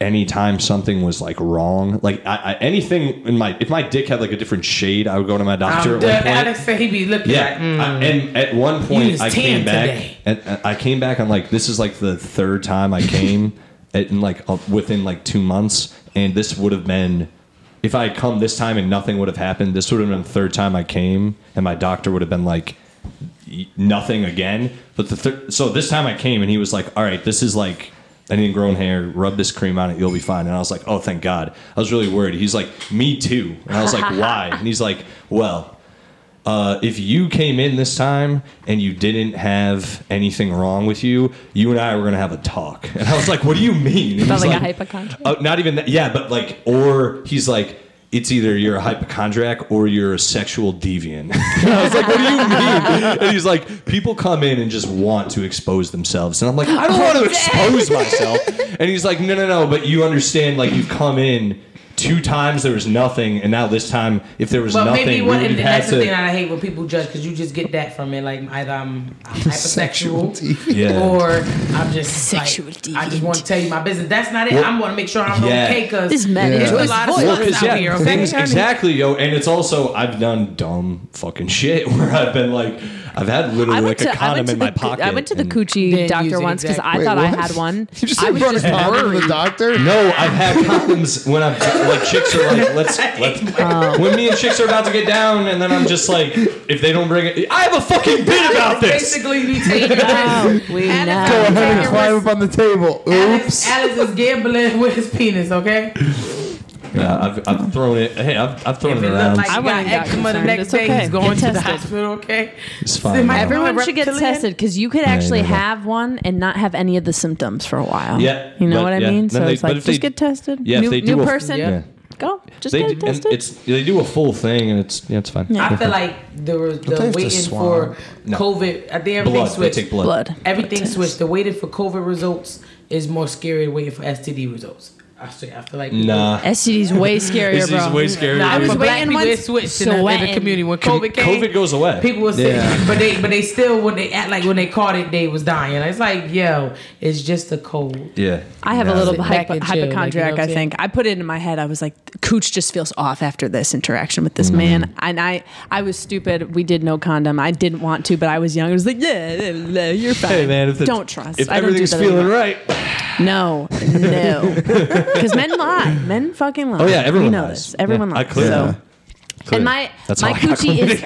A: anytime something was like wrong, like I, I, anything in my if my dick had like a different shade, I would go to my
D: I'm
A: doctor. at
D: done.
A: one point.
D: Alex said he be looking
A: Yeah,
D: like, mm.
A: I- and at one point
D: was
A: I came
D: tan
A: back,
D: today.
A: and and I came back. I'm like, this is like the third time I came, at, in like uh, within like two months, and this would have been, if I had come this time and nothing would have happened, this would have been the third time I came, and my doctor would have been like, "Y- nothing again. But the thir- so this time I came, and he was like, all right, this is like. an ingrown hair. Rub this cream on it. You'll be fine. And I was like, "Oh, thank God." I was really worried. He's like, "Me too." And I was like, "Why?" And he's like, "Well, uh, if you came in this time and you didn't have anything wrong with you, you and I were gonna have a talk. And I was like, "What do you mean?" And
E: Sounds
A: he's
E: like a hypochondriac.
A: Oh, not even that. Yeah, but like, or he's like, "It's either you're a hypochondriac or you're a sexual deviant." and I was like, "What do you mean?" And he's like, "People come in and just want to expose themselves," and I'm like, "I don't want to expose myself." And he's like, "No, no, no, but you understand? Like, you've come in." Two times there was nothing, and now this time, if there was
D: But
A: nothing,
D: maybe
A: we
D: what,
A: would've
D: and
A: had
D: that's
A: to-
D: the thing that I hate when people judge because you just get that from it. Like either I'm, I'm hypersexual
A: Yeah.
D: or I'm just
E: Sexual
D: like, I just want to tell you my business. That's not it. I want to make sure I'm
A: Yeah.
D: okay because
E: This man
D: there's
E: enjoys
D: a lot of
E: voice.
A: Well,
D: sluts
A: 'cause,
D: out
A: yeah,
D: here. Okay,
A: things-
D: honey?
A: exactly, yo. And it's also I've done dumb fucking shit where I've been like, I've had literally
E: I
A: like
E: went,
A: a
E: to, I
A: condom
E: went to
A: in my
E: the coo-
A: pocket.
E: I went to the
A: and-
E: coochie
D: Didn't
E: doctor
D: use it
E: once because I
D: exactly.
E: thought I
C: what?
E: had one.
C: You just
E: I
C: like
E: was
C: brought
E: just
C: his condom to the
E: worried.
C: doctor?
A: No, I've had condoms when I'm like chicks are like, let's let's
E: Oh.
A: when me and chicks are about to get down, and then I'm just like, if they don't bring it, I have a fucking bit about this.
D: Basically, you take your
E: Oh, we
C: Go
D: Alex,
E: know.
C: ahead
D: I'm
C: and
D: taking
C: climb
D: risks.
C: up on the table.
D: Alex,
C: Oops.
D: Alex is gambling with his penis. Okay,
A: Yeah, I've, I've thrown it. Hey, I've, I've thrown
D: if
A: it
D: it look
A: around.
D: like
E: I
D: I
E: wouldn't
D: got
E: got
D: eczema the
E: concerned.
D: next
E: It's
D: day,
E: okay.
D: he's going
E: Get
D: to the
E: tested.
D: hospital. Okay,
A: it's
D: They
A: fine.
D: might-
E: Everyone
D: Everyone
E: should get
D: reptilian?
E: tested because you could actually have one and not have any of the symptoms for a while.
A: Yeah,
E: you know
A: but
E: what I
A: yeah,
E: mean.
A: then
E: So
A: they-
E: it's
A: but
E: like
A: if
E: just
A: they-
E: get tested.
A: yeah, if
E: new
A: they do
E: new
A: a-
E: person.
A: yeah.
E: Go just
A: They
E: get
A: do,
E: it
A: and
E: tested.
A: it's they do a full thing, and it's yeah, it's fine.
D: I feel like the,
C: they
D: the
C: have to
D: waiting
C: swab?
D: for
A: No.
D: COVID. I think everything
A: blood. They
D: switched.
A: take blood.
E: blood.
D: Everything switched. The waiting for COVID results is more scary than waiting for STD results. Actually, I feel like
G: Nah.
E: STD's way scarier,
G: This is
E: bro.
G: way scarier.
D: Nah, I
G: than
D: was
E: was
G: you.
E: waiting
D: black people
E: once,
D: they switched in the, in the
E: sweating.
D: community when COVID came.
G: COVID goes away.
D: People were sick,
A: Yeah.
D: but they but they still when they act like when they caught it they was dying. It's like yo, it's just a cold.
A: Yeah.
H: I have a
A: No.
H: little
D: Sit back
H: hypo-
D: and chill, like, you know
H: hypochondriac,
D: what I'm
H: I think. I put it in my head. I was like, Cooch just feels off after this interaction with this man. And I, I was stupid. We did no condom. I didn't want to, but I was young. I was like, yeah, yeah, yeah, you're fine.
G: Hey man, if the,
H: don't trust.
G: If
H: I don't
G: everything's
H: do that
G: feeling
H: anymore.
G: right,
H: No, no. Because men lie. Men fucking lie.
A: Oh, yeah, everyone
H: we know
A: lies.
H: this. Everyone
A: Yeah, I
H: lies.
A: clear-
H: So-
A: yeah.
H: And my
A: That's
H: my
A: all I got
H: coochie
A: going.
H: is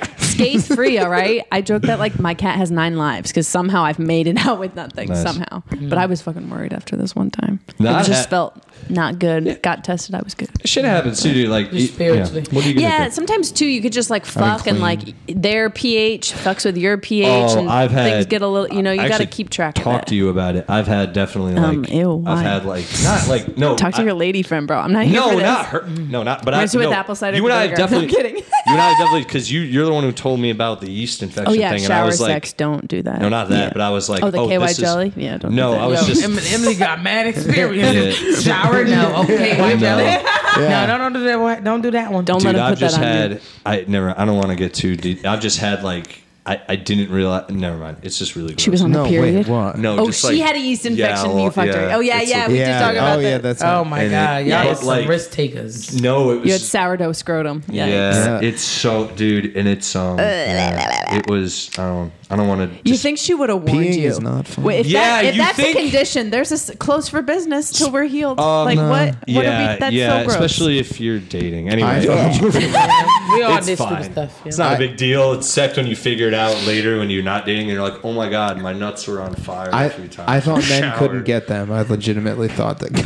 H: scathe free. All right, I joke that like my cat has nine lives because somehow I've made it out with nothing
A: Nice.
H: somehow. But I was fucking worried after this one time.
A: Nah,
H: it
A: I-
H: just felt not good. Got tested. I was good.
A: shit happens too. dude, Like
D: Just
A: y-
D: spiritually.
A: yeah. What are you gonna
H: Yeah,
A: do?
H: Uh, sometimes too you could just like fuck and
A: clean.
H: like their pH fucks with your pH
A: Oh,
H: and
A: I've had
H: things get a little. You know,
A: I
H: you got to
A: actually
H: keep track.
A: Talk
H: of it.
A: to you about it. I've had definitely like
H: Um, ew,
A: I've
H: why?
A: had like not like no
H: Talk to
A: I-
H: your lady friend, bro. I'm not here for
A: No,
H: this.
A: not her. No, not. But I.
H: Rinse it with
A: no,
H: apple cider
A: You and I
H: vinegar.
A: definitely.
H: I'm kidding.
A: you and I definitely because you you're the one who told me about the yeast infection
H: Oh yeah,
A: thing, and I
H: shower
A: was like,
H: sex. Don't do that.
A: no, not that.
H: Yeah.
A: But I was like,
H: Oh, the KY
A: this is-
H: jelly? Yeah, don't do
A: no,
H: that.
A: I was
D: Yo,
A: just.
D: Em- Emily got mad experiences.
A: Yeah.
D: Shower no, okay, why
A: No.
D: jelly? No, no, don't do that. one. Don't do that one.
H: Don't
A: Dude,
H: let him
A: I've
H: put
A: just
H: that on you.
A: had. I never. I don't want to get too deep. I've just had like. I, I didn't realize. Never mind. It's just really. Gross.
H: She was on
C: No,
H: the period.
C: wait, what?
A: No.
H: Oh,
A: just
H: she
A: like,
H: had a yeast
A: yeah,
H: infection. and you
A: well,
H: fucked her. Oh yeah,
A: it's
H: yeah.
A: like-
H: We just
C: Yeah.
H: talked about
C: oh, yeah,
H: that.
C: that's
D: Oh my
A: And it-
D: god, y'all
A: but
D: are some
A: like-
D: risk takers.
A: No, it was.
H: You had sourdough scrotum. Yeah.
A: yeah,
C: Yeah.
A: it's so, dude, and it's um, yeah, it was. I don't. I don't want to.
H: You think she would have warned
C: Peeing
H: you?
C: is not fun.
H: Wait, if
A: Yeah,
H: that, if
A: you
H: that's
A: think- Oh,
H: a condition, there's a s- close for business till we're healed. like what? What
A: yeah,
H: are we? That's
A: yeah,
H: so gross.
A: especially if you're dating. Anyway,
C: I
D: We all
G: It's
D: did stupid
G: fine.
D: stuff. Yeah.
G: It's not a big deal, except when you figure it out later when you're not dating. And you're like, oh my god, my nuts were on fire a
C: I,
G: few times.
C: I thought men
G: Showered.
C: couldn't get them. I legitimately thought that.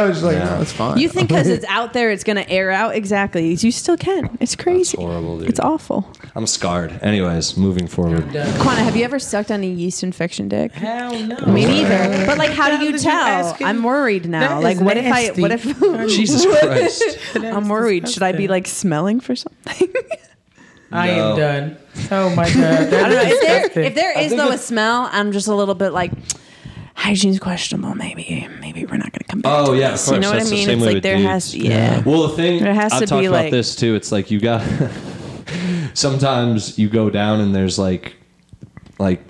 C: I was like,
A: Yeah.
C: no, it's fine.
H: you think because it's out there, it's gonna air out exactly. You still can. It's crazy.
A: horrible, dude.
H: It's awful.
A: I'm scarred. Anyways, moving forward.
H: Quana, have you ever sucked on a yeast infection dick?
D: Hell no.
H: Me neither. But like, how do you
D: Did you
H: tell?
D: ask him?
H: I'm worried
D: That
H: now.
D: is
H: Like, what if
D: nasty.
H: I? What if?
A: Jesus Christ.
H: I'm worried. Should I be like smelling for something?
D: I
A: No.
D: am done. Oh my god.
H: I don't know. If there,
D: Disgusting.
H: if there is though a smell, I'm just a little bit like hygiene's questionable. Maybe, maybe we're not going to come back.
A: Oh
H: to
A: yeah,
H: this.
A: of course.
H: You know what I
A: That's the
H: mean?
A: same
H: It's
A: way
H: like
A: with
H: there has,
A: dudes.
H: yeah.
A: Well, the thing
H: There has
A: I've
H: to
A: talked
H: be,
A: about
H: like-
A: this too. It's like you got. sometimes you go down and there's like, like.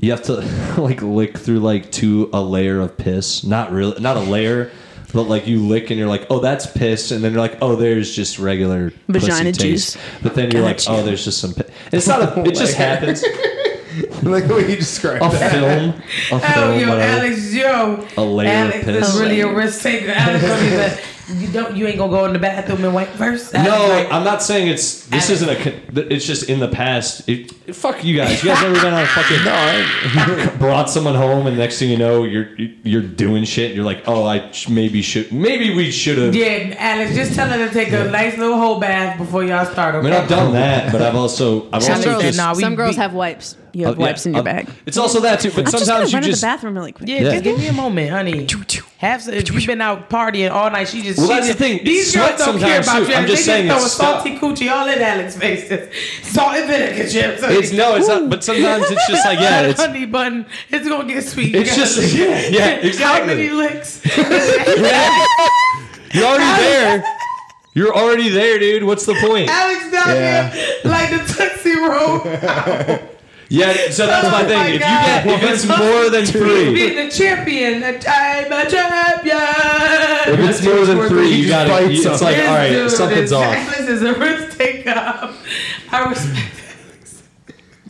A: You have to like lick through like to a layer of piss. Not really, not a layer, but like you lick and you're like, oh, that's piss, and then you're like, oh, there's just regular pussy
H: Vagina
A: taste.
H: juice.
A: But then you're
H: Gotcha.
A: like, oh, there's just some. Pi-. It's not. A,
D: Oh
A: it just happens.
C: like the way you described
A: A
C: that.
A: film. A film.
D: Oh, yo,
A: whatever.
D: Alex, yo,
A: A layer of
D: Alex
A: piss.
D: is really a risk taker. Alex don't even. You don't. You ain't gonna go in the bathroom and wipe first.
A: No,
D: Alex, like,
A: I'm not saying it's. This
D: Alex.
A: isn't a. con- th- It's just in the past. It, fuck you guys. You guys ever been on a fucking? no. brought someone home, and next thing you know, you're you're doing shit. You're like, oh, I sh- maybe should, maybe we should have.
D: Yeah, Alex, just tell her to take a nice little whole bath before y'all start.
A: I
D: Okay?
A: mean, I've done that, but I've also I've
H: Some
A: also
D: girls-
A: just,
H: girls,
D: Nah, we-
H: some girls
D: we-
H: have wipes. You have
A: Oh, yeah,
H: wipes in your
A: I've-
H: bag.
A: It's also that too, but
H: I'm
A: sometimes
H: just gonna
A: you
H: run
A: just
H: to the bathroom really quick.
D: Yeah,
A: Yeah.
D: just give me a moment, honey. Have some, if you've been out partying all night, she just.
A: Well,
D: she
A: that's the
D: just-
A: thing.
D: These
A: Sweat
D: girls don't care
A: sometimes,
D: about
A: too.
D: you.
A: I'm
D: They
A: just
D: just
A: saying
D: throw a
A: it's stuff.
D: salty coochie all in Alex's face. Salt and vinegar chips.
A: it's no, it's not. But sometimes it's just like yeah, it's
D: honey bun. It's gonna get sweet.
A: it's just yeah, yeah
D: How
A: exactly.
D: many licks?
A: You're already there. You're already there, dude. What's the point?
D: Alex down
C: Yeah.
D: here like the Tootsie Roll.
A: Yeah, so that's my
D: Oh
A: thing.
D: my
A: if
D: God.
A: you get if it's more than three,
D: Being a champion. I'm a champion.
A: if it's more than three, you
C: just
A: gotta.
C: bites
A: It's like all right,
D: dude
A: something's
D: is,
A: off.
D: Alex is a risk taker. I respect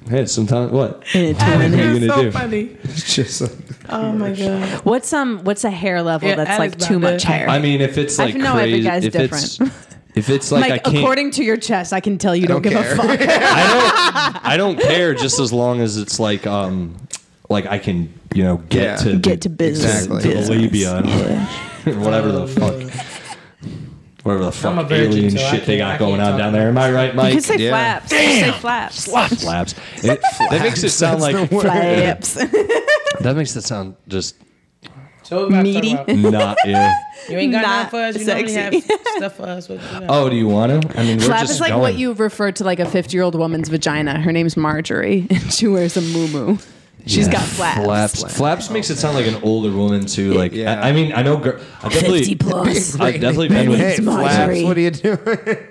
A: Hey, sometimes what?
D: Alex.
A: you
D: It's
A: gonna
D: so
A: do?
D: funny.
C: It's just like,
D: Oh my god.
H: What's um? What's a hair level
D: Yeah,
H: that's
D: Alex
H: like too
D: about
H: much
D: to-
H: hair?
A: I mean, if it's
H: I
A: like
H: know
A: crazy,
H: every guy's
A: if
H: different.
A: it's if it's like,
H: like
A: I can't,
H: according to your chest, I can tell you don't, give a fuck.
A: I don't, I don't care. Just as long as it's like um, like I can you know get
C: Yeah.
A: to
H: Get to business.
A: to
C: Exactly.
A: the labia, and whatever the fuck. Whatever the
D: I'm a
A: fuck
D: virgin,
A: alien
D: so I
A: shit they got
D: can't- I
A: going
D: can't
A: on
D: talk
A: down there. Am I right,
H: You
A: Mike?
H: could say
C: Yeah.
H: flaps. Damn. Say flaps.
A: Flaps. It, that makes it sound like
H: Flaps.
A: that makes it sound just
D: So what
H: Meaty.
D: about-
A: not. Yeah.
D: You ain't got
H: Not
D: nothing for us. You normally
H: sexy.
D: have stuff for us. What you got?
A: Oh, do you want to? I mean, we're
H: Flap
A: just
H: is like
A: going.
H: what you refer to like a 50 year old woman's vagina. Her name's Marjorie, and she wears a moo
B: She's
A: Yeah.
B: got flaps.
A: Flaps. Flaps, makes it sound like an older woman too. Like
C: Yeah.
A: I, I mean, I know. Gr- I definitely,
H: plus.
A: I've definitely been with.
C: Hey, flaps,
H: Marjorie.
C: what are you doing?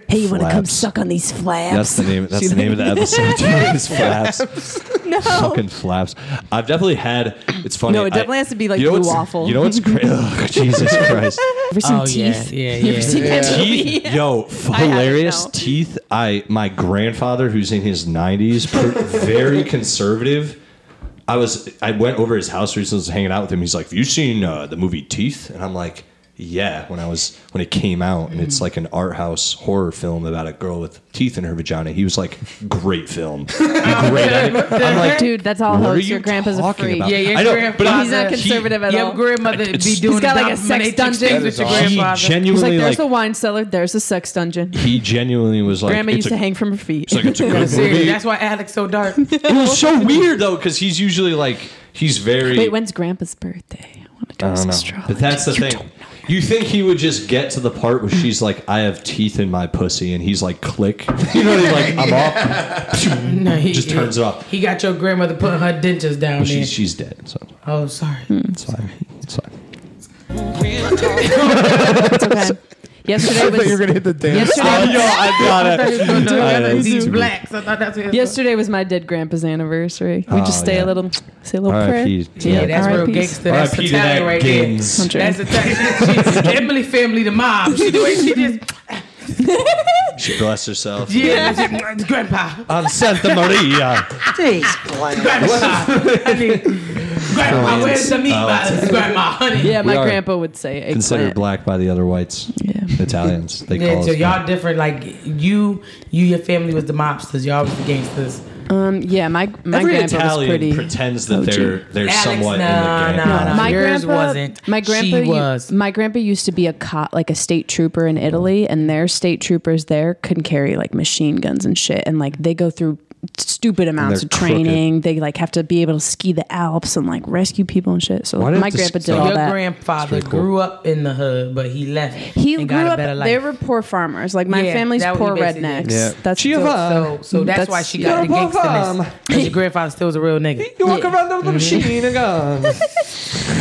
H: Hey, you want to come
A: Flaps.
H: suck on these flaps?
A: That's the name. That's the name of the episode. is flaps.
B: No.
A: Fucking flaps. I've definitely had. It's funny.
B: No, it
A: I-
B: definitely has to be like
A: you know
B: blue
A: what's-
B: waffle.
A: You know what's crazy? Jesus Christ.
B: Ever seen
D: Oh, yeah,
B: teeth?
D: yeah,
B: You ever
D: yeah.
B: seen that movie?
A: teeth, yo, f-
B: haven't,
A: hilarious
B: no.
A: teeth. I my grandfather, who's in his nineties, very conservative. I was I went over his house recently, was hanging out with him. He's like, "Have you seen uh, the movie Teeth?" And I'm like, "Yeah." When I was when it came out, and
B: Mm.
A: it's like an art house horror film about a girl with teeth in her vagina. He was like, "Great film, great." I'm like,
B: Dude, that's all
A: What are
B: hoax.
A: you
B: Oh, Your grandpa's a
A: talking
B: freak.
A: about?
D: Yeah, your
A: I know, but
D: grandfather.
A: I'm-
B: He's not conservative at all.
D: Your grandmother be
A: It's- He's
D: doing
B: got, like, a
D: dominatrix
B: sex
D: things
B: dungeon.
D: with your
C: That is
A: he
D: grandfather.
B: He's
A: genuinely
B: like, there's
A: like,
B: the wine cellar. There's the sex dungeon.
A: he genuinely was like,
B: Grandma
A: "It's
B: used
A: a-
B: to hang from her feet.
A: It's like it's a good
D: Seriously,
A: movie.
D: that's why Alex so dark.
A: It was so weird though, because he's usually like he's very.
B: Wait, when's grandpa's birthday? I want to do
A: I don't
B: some
A: know.
B: astrology.
A: But that's the
B: You
A: thing. You think he would just get to the part where she's like, "I have teeth in my pussy," and he's like, "Click," you know, he's like, "I'm off,"
D: No, he
A: just turns it off.
D: He got your grandmother putting her dentures down there.
A: She's, she's dead, so
D: Oh, sorry.
A: it's fine. It's fine.
B: It's okay.
C: I
B: Yesterday
C: thought you were
B: was
C: gonna hit the dance.
B: yesterday.
A: yo, I got
D: I thought he was gonna do
A: I
D: that.
A: am
D: He's
A: too.
D: black, so I thought that's what he was-
B: Yesterday was my dead grandpa's anniversary. We just
A: Oh,
B: stay
A: yeah.
B: a little, say a little prayer.
A: R.I.P.
D: Yeah, that's real
B: R.I.P.
D: gangster. That's
A: R.I.P. to
D: Italian
A: that
D: right
A: Gins.
B: Hunter.
D: there. That's Italian. She's Emily family, the mob. She the way she just
A: She blessed herself.
D: yeah. she- Grandpa,
A: On Santa Maria.
E: These blanks.
D: grandpa. I mean, grandpa, where's the meat? bottles? Grandma, honey.
B: Yeah, my
A: We are
B: grandpa would say
A: Considered
B: eggplant.
A: black by the other whites.
B: Yeah.
A: Italians. They
D: Yeah,
A: call
D: so
A: us.
D: y'all different. Like you, you, your family was the mobsters. Y'all was the gangsters.
B: Um, yeah, my my
A: Every
B: grandpa
A: Italian
B: was pretty.
A: pretends that
B: OG.
A: they're they're
D: Alex,
A: somewhat
D: nah,
A: in the game.
D: nah, nah.
B: my
D: Yours
B: grandpa
D: wasn't.
B: My grandpa,
D: She
B: u-
D: was.
B: my grandpa used to be a cop, like a state trooper in Italy, and their state troopers there could carry like machine guns and shit, and like they go through stupid amounts
A: they're
B: of training. They like have to be able to ski the Alps and like rescue people and shit. So
A: Why do you
B: my
A: have to ski-
B: grandpa did
A: So
B: all
D: Your
B: that.
D: grandfather grew up in the hood, but he left.
B: he
D: and
B: grew
D: got a
B: up.
D: better life.
B: They were poor farmers. Like my
D: Yeah,
B: family's
D: that what
B: poor
D: he basically
B: rednecks.
D: did.
C: Yeah.
B: That's
D: So, so that's, why she got the
C: You're a
D: gangsterness.
C: bomb.
D: Because your grandfather still was a real nigga.
C: You walk around with a machine gun.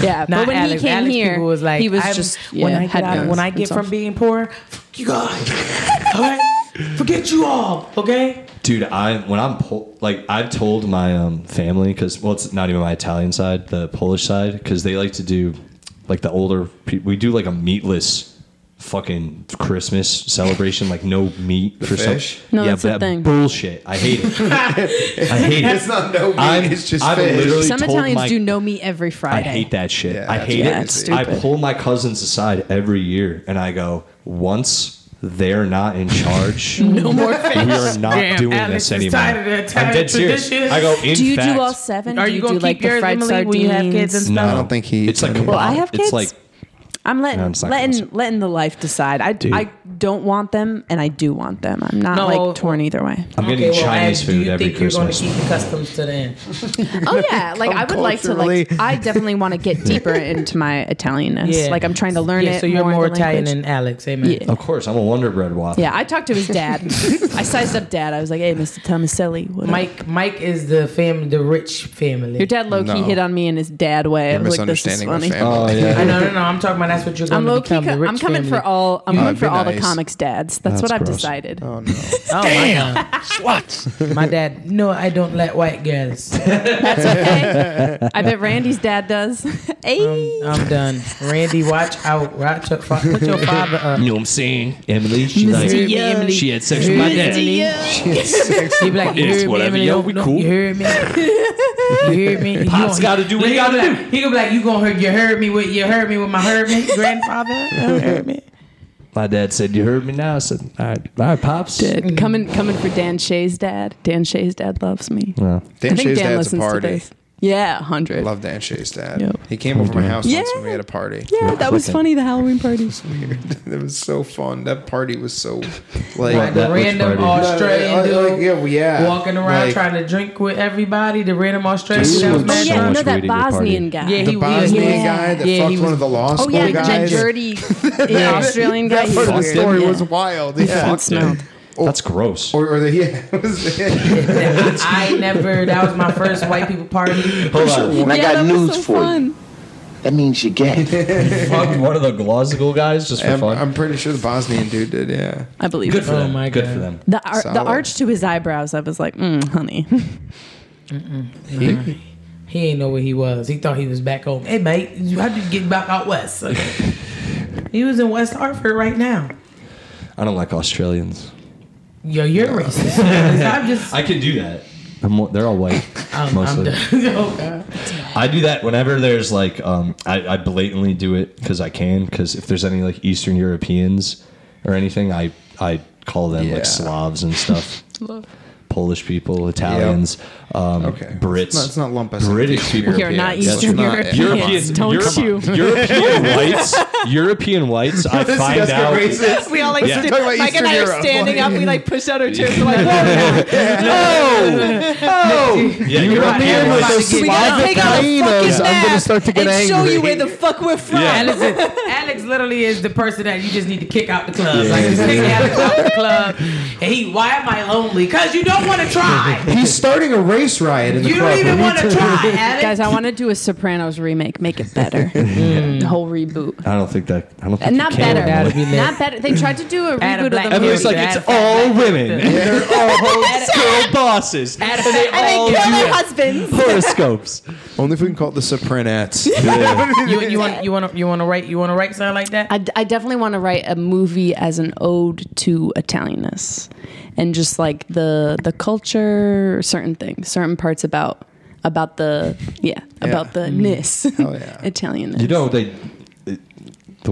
B: Yeah,
D: Not
B: but when
D: Alex.
B: he came
D: Alex
B: here,
D: people was like,
B: he was
D: I'm-
B: just
D: when
B: yeah,
D: I get
B: had
D: out, when I get from being poor, fuck you guys. all right, forget you all. Okay.
A: Dude, I when I'm Pol- like I've told my um, family because well, it's not even my Italian side, the Polish side, because they like to do like the older people. We do like a meatless fucking Christmas celebration, like no meat for some-
C: fish?
B: No,
A: yeah,
B: that's the
A: but that
B: thing.
A: bullshit. I hate it. I hate it.
C: It's not no meat.
A: I'm-
C: it's just
A: I'm
C: fish.
A: literally
B: Some
A: told
B: Italians
A: my-
B: do no meat every Friday.
A: I hate that shit.
C: Yeah,
A: I
C: that's
A: hate
B: Yeah,
A: it.
B: it's
A: I
B: stupid.
A: pull my cousins aside every year and I go, once they're not in charge, no
D: more
A: We are not
D: Damn,
A: doing
D: Alex
A: this
D: is
A: anymore.
D: tired of the
A: I'm
D: Italian
A: dead serious.
D: traditions.
A: I go in
B: Do you
A: fact,
B: do all seven?
D: Are
B: do
D: you
B: you
D: gonna
B: do
D: keep
B: like the
D: yours,
B: fried
D: Emily,
B: sardines?
D: when you have kids and
A: No,
D: stuff?
C: I don't think he.
A: It's like
C: eats
A: a
C: any.
B: Well, I have
A: It's
B: kids.
A: like
B: I'm letting
A: No, it's not
B: letting
A: constant.
B: letting the life decide. I I don't want them, and I do want them. I'm not
D: No.
B: like torn either way.
A: I'm getting Chinese
D: do
A: food
D: you
A: every
D: think you're going
A: Christmas.
D: to keep the customs to the end?
B: Oh yeah, like I would like to like.
C: Culturally.
B: I definitely want to get deeper into my Italianness.
D: Yeah.
B: Like I'm trying to learn
D: Yeah,
B: it.
D: so you're more,
B: the
D: Italian
B: language.
D: than Alex, amen.
B: Yeah.
A: Of course, I'm a Wonder Bread waffle.
B: Yeah, I talked to his dad. I sized up dad. I was like, "Hey, Mr. Tomaselli, what up?"
D: Mike, Mike is the family, the rich family.
B: Your dad low key
C: No.
B: hit on me in his dad way. I
C: You're
B: was like, this is
C: misunderstanding my
B: funny.
C: family.
A: Oh yeah.
D: I know, no, no. I'm talking about that's what you're going
B: I'm
D: to
B: low key.
D: become. the
B: Co-
D: rich
B: I'm coming
D: family.
B: for all. I'm coming
C: that'd
B: for
C: be
B: all the
C: nice.
B: comics dads. That's, what I've
A: gross.
B: decided.
C: Oh no.
D: Oh, Damn, my God. my dad. No, I don't like white girls.
B: That's okay. I bet Randy's dad does. hey,
C: Um,
D: I'm done. Randy, watch out. Watch out. Fa- Put your father up.
A: You know what I'm saying? Emily, she like
D: me, Emily.
A: she had sex with my dad.
D: He be like, you
A: It's
D: heard me,
A: whatever,
D: Emily.
A: yo,
D: No,
A: we
D: no,
A: cool.
D: You heard me. You heard me. You
A: Pops
D: gonna-
A: gotta do what
D: No,
A: he
D: gonna
A: gotta
D: be like- He gonna be like, you gonna heard you heard me with you heard me with my heard me grandfather. You heard me.
A: My dad said, "You heard me now." I said, "All right, all right, pops."
D: Mm.
B: Dude, coming coming for Dan Shay's dad. Dan Shay's dad loves me.
C: Dan
B: I think
C: Shay's
B: Dan
C: dad's a
B: listens
C: party.
B: to this. Yeah, hundred.
C: Love Dan Shay's dad.
B: Yo.
C: He came over to my house once
B: Yeah.
C: when we had a party.
B: Yeah, that was
A: clicking.
B: funny. The Halloween party. Oh,
C: That was so fun. That party was so
A: What
C: like.
A: the-
D: The
A: That looks
D: random
A: party.
D: Australian
A: uh,
C: Yeah, like,
D: dude
C: yeah, well, yeah.
D: walking around
C: Like,
D: trying to drink with everybody. The random Australian
C: Dude,
D: dude that was
C: so
B: Oh
D: mad
B: yeah,
A: much
D: drunk.
B: no, that
A: weed at your party.
B: Bosnian guy.
D: Yeah,
C: The
D: he-
C: Bosnian
D: yeah.
C: guy that
D: Yeah,
C: fucked
D: he
C: one
D: was-
C: of the law
B: Oh
C: school
B: yeah, the
C: guys.
B: dirty the Australian guy.
C: That
B: He's
C: part of the
B: weird.
C: story
B: Yeah.
C: was wild. Yeah.
B: It smelled.
A: That's gross.
C: Or, or the yeah. it was-
D: I never. That was my first white people party.
A: Hold on.
K: And I got
E: that was
K: news
E: so
K: for
E: fun.
K: you. That means you're gay.
A: Fuck one of the Glasgow guys just for
C: I'm,
A: fun.
C: I'm pretty sure the Bosnian dude did. Yeah.
B: I believe
A: Good
B: it.
A: for
D: Oh
A: them.
D: my
A: Good
D: God.
A: for them.
B: The, ar- the
C: Solid.
B: arch to his eyebrows, I was like, mm, honey.
D: He ain't know where he was. He thought he was back home. Hey mate, how did you get back out west? he was in West Hartford right now.
L: I don't like Australians.
D: Yo, you're racist. I'm just.
A: I can do that. I'm, wa- they're all white,
D: I'm, I'm
L: mostly.
D: done. Oh, God.
A: I do that whenever there's like, um, I, I blatantly do it because I can. Because if there's any like Eastern Europeans or anything, I I call them
C: Yeah.
A: like Slavs and stuff. Polish people, Italians, um,
C: Okay.
A: Brits.
C: Let's not, let's not lump us.
A: British
C: into
A: people.
B: We are not
C: Europeans. Let's
B: Eastern
C: not-
B: Europeans.
A: European,
B: Don't
A: Europe-
B: you.
A: European whites. European whites. I
C: This is
A: find
C: just
A: out.
C: racist.
E: We all like
A: Yeah.
E: stood-
C: Talking about
E: Mike
C: Eastern
E: and I
C: Europe,
E: are standing
C: like-
E: up. We like push out our chairs. We're like, whoa,
A: Yeah, European
C: European
A: whites.
C: with those
E: we gotta
C: Slavic
E: take out a
C: hyenas,
E: fucking
C: I'm gonna
E: map
C: start to get
E: and show
C: angry.
E: you where the fuck we're from.
A: Yeah.
D: Alex, is- Alex literally is the person that you just need to kick out the club. Like, just kick Alex out the club. And he, why am I lonely? Because you don't want to try.
C: He's starting a race riot in the
D: You
C: club.
D: don't even
C: We
D: want to
C: need
D: try, Alex.
B: Guys, I want to do a Sopranos remake. Make it better. The whole reboot.
A: I don't think that. I don't think
M: And
A: you
M: not
A: can.
M: better.
D: That'd be lit.
M: Not better. They tried to do a
D: Add a
M: reboot
D: black
M: of the
D: And
M: movie.
D: it's like, it's all women.
A: They're all girl bosses. And they
D: "Oh,
A: all
E: Kill their husbands.
A: horoscopes.
C: Only if we can call it the Sopranettes.
D: You, you want you want to you want to write you want to write something like that?
B: I, d- I definitely want to write a movie as an ode to Italianness and just like the the culture, certain things, certain parts about about the yeah, about the ness,
C: Hell yeah.
B: Italianness.
A: You know they, the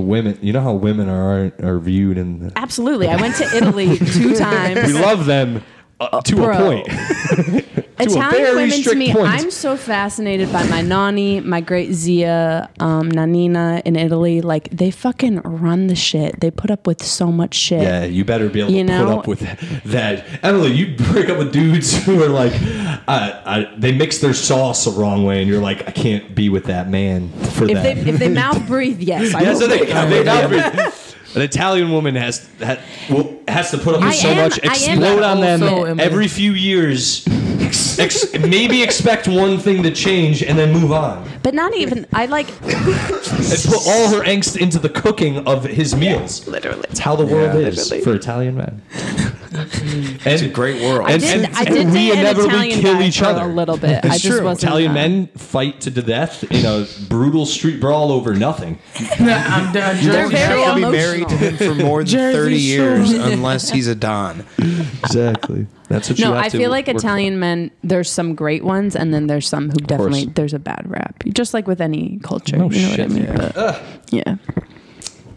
A: women. You know how women are are viewed in. The,
B: Absolutely, I went to Italy two times.
A: we love them uh, to
B: bro.
A: a point. very
B: Italian women to
A: strict
B: me,
A: point.
B: I'm so fascinated by my nani, my great Zia, um, Nanina in Italy. Like they fucking run the shit. They put up with so much shit.
A: Yeah, you better be able
B: You
A: to put
B: know-
A: up with that. Emily, you break up with dudes who are like, uh, uh, they mix their sauce the wrong way, and you're like, I can't be with that man for
B: If
A: that.
B: they if they mouth breathe, yes, I
A: Yeah,
B: will.
A: so they, they not breathe. An Italian woman has ha, will, has to put up with
M: I
A: so
M: am-
A: much,
M: I am
A: explode on them
D: also am-
A: every few years. Ex- maybe expect one thing to change and then move on.
B: But not even I like
A: And put all her angst into the cooking of his meals.
E: Literally.
A: It's how the world
C: Yeah.
A: is for Italian men. it's a
C: Great world.
B: I
A: And-
B: did
A: and-
B: I
A: and
B: did
A: we
B: date an
A: inevitably
B: Italian
A: kill
B: guy
A: each
B: for
A: other.
B: a little bit. I just
C: true.
B: wasn't
A: Italian
B: uh,
A: men fight to the death in a brutal street brawl over nothing.
D: I'm done.
B: They're
D: Jersey
B: very
D: Shore.
C: be
B: emotional.
C: married to him for more than
D: Jersey
C: 30
D: Shore.
C: years unless he's a Don.
A: Exactly. That's what
B: No, I feel like Italian men. There's some great ones, and then there's some who definitely there's a bad rap. Just like with any culture,
A: No
B: you know
A: shit,
B: what I mean?
A: yeah.
B: But, yeah.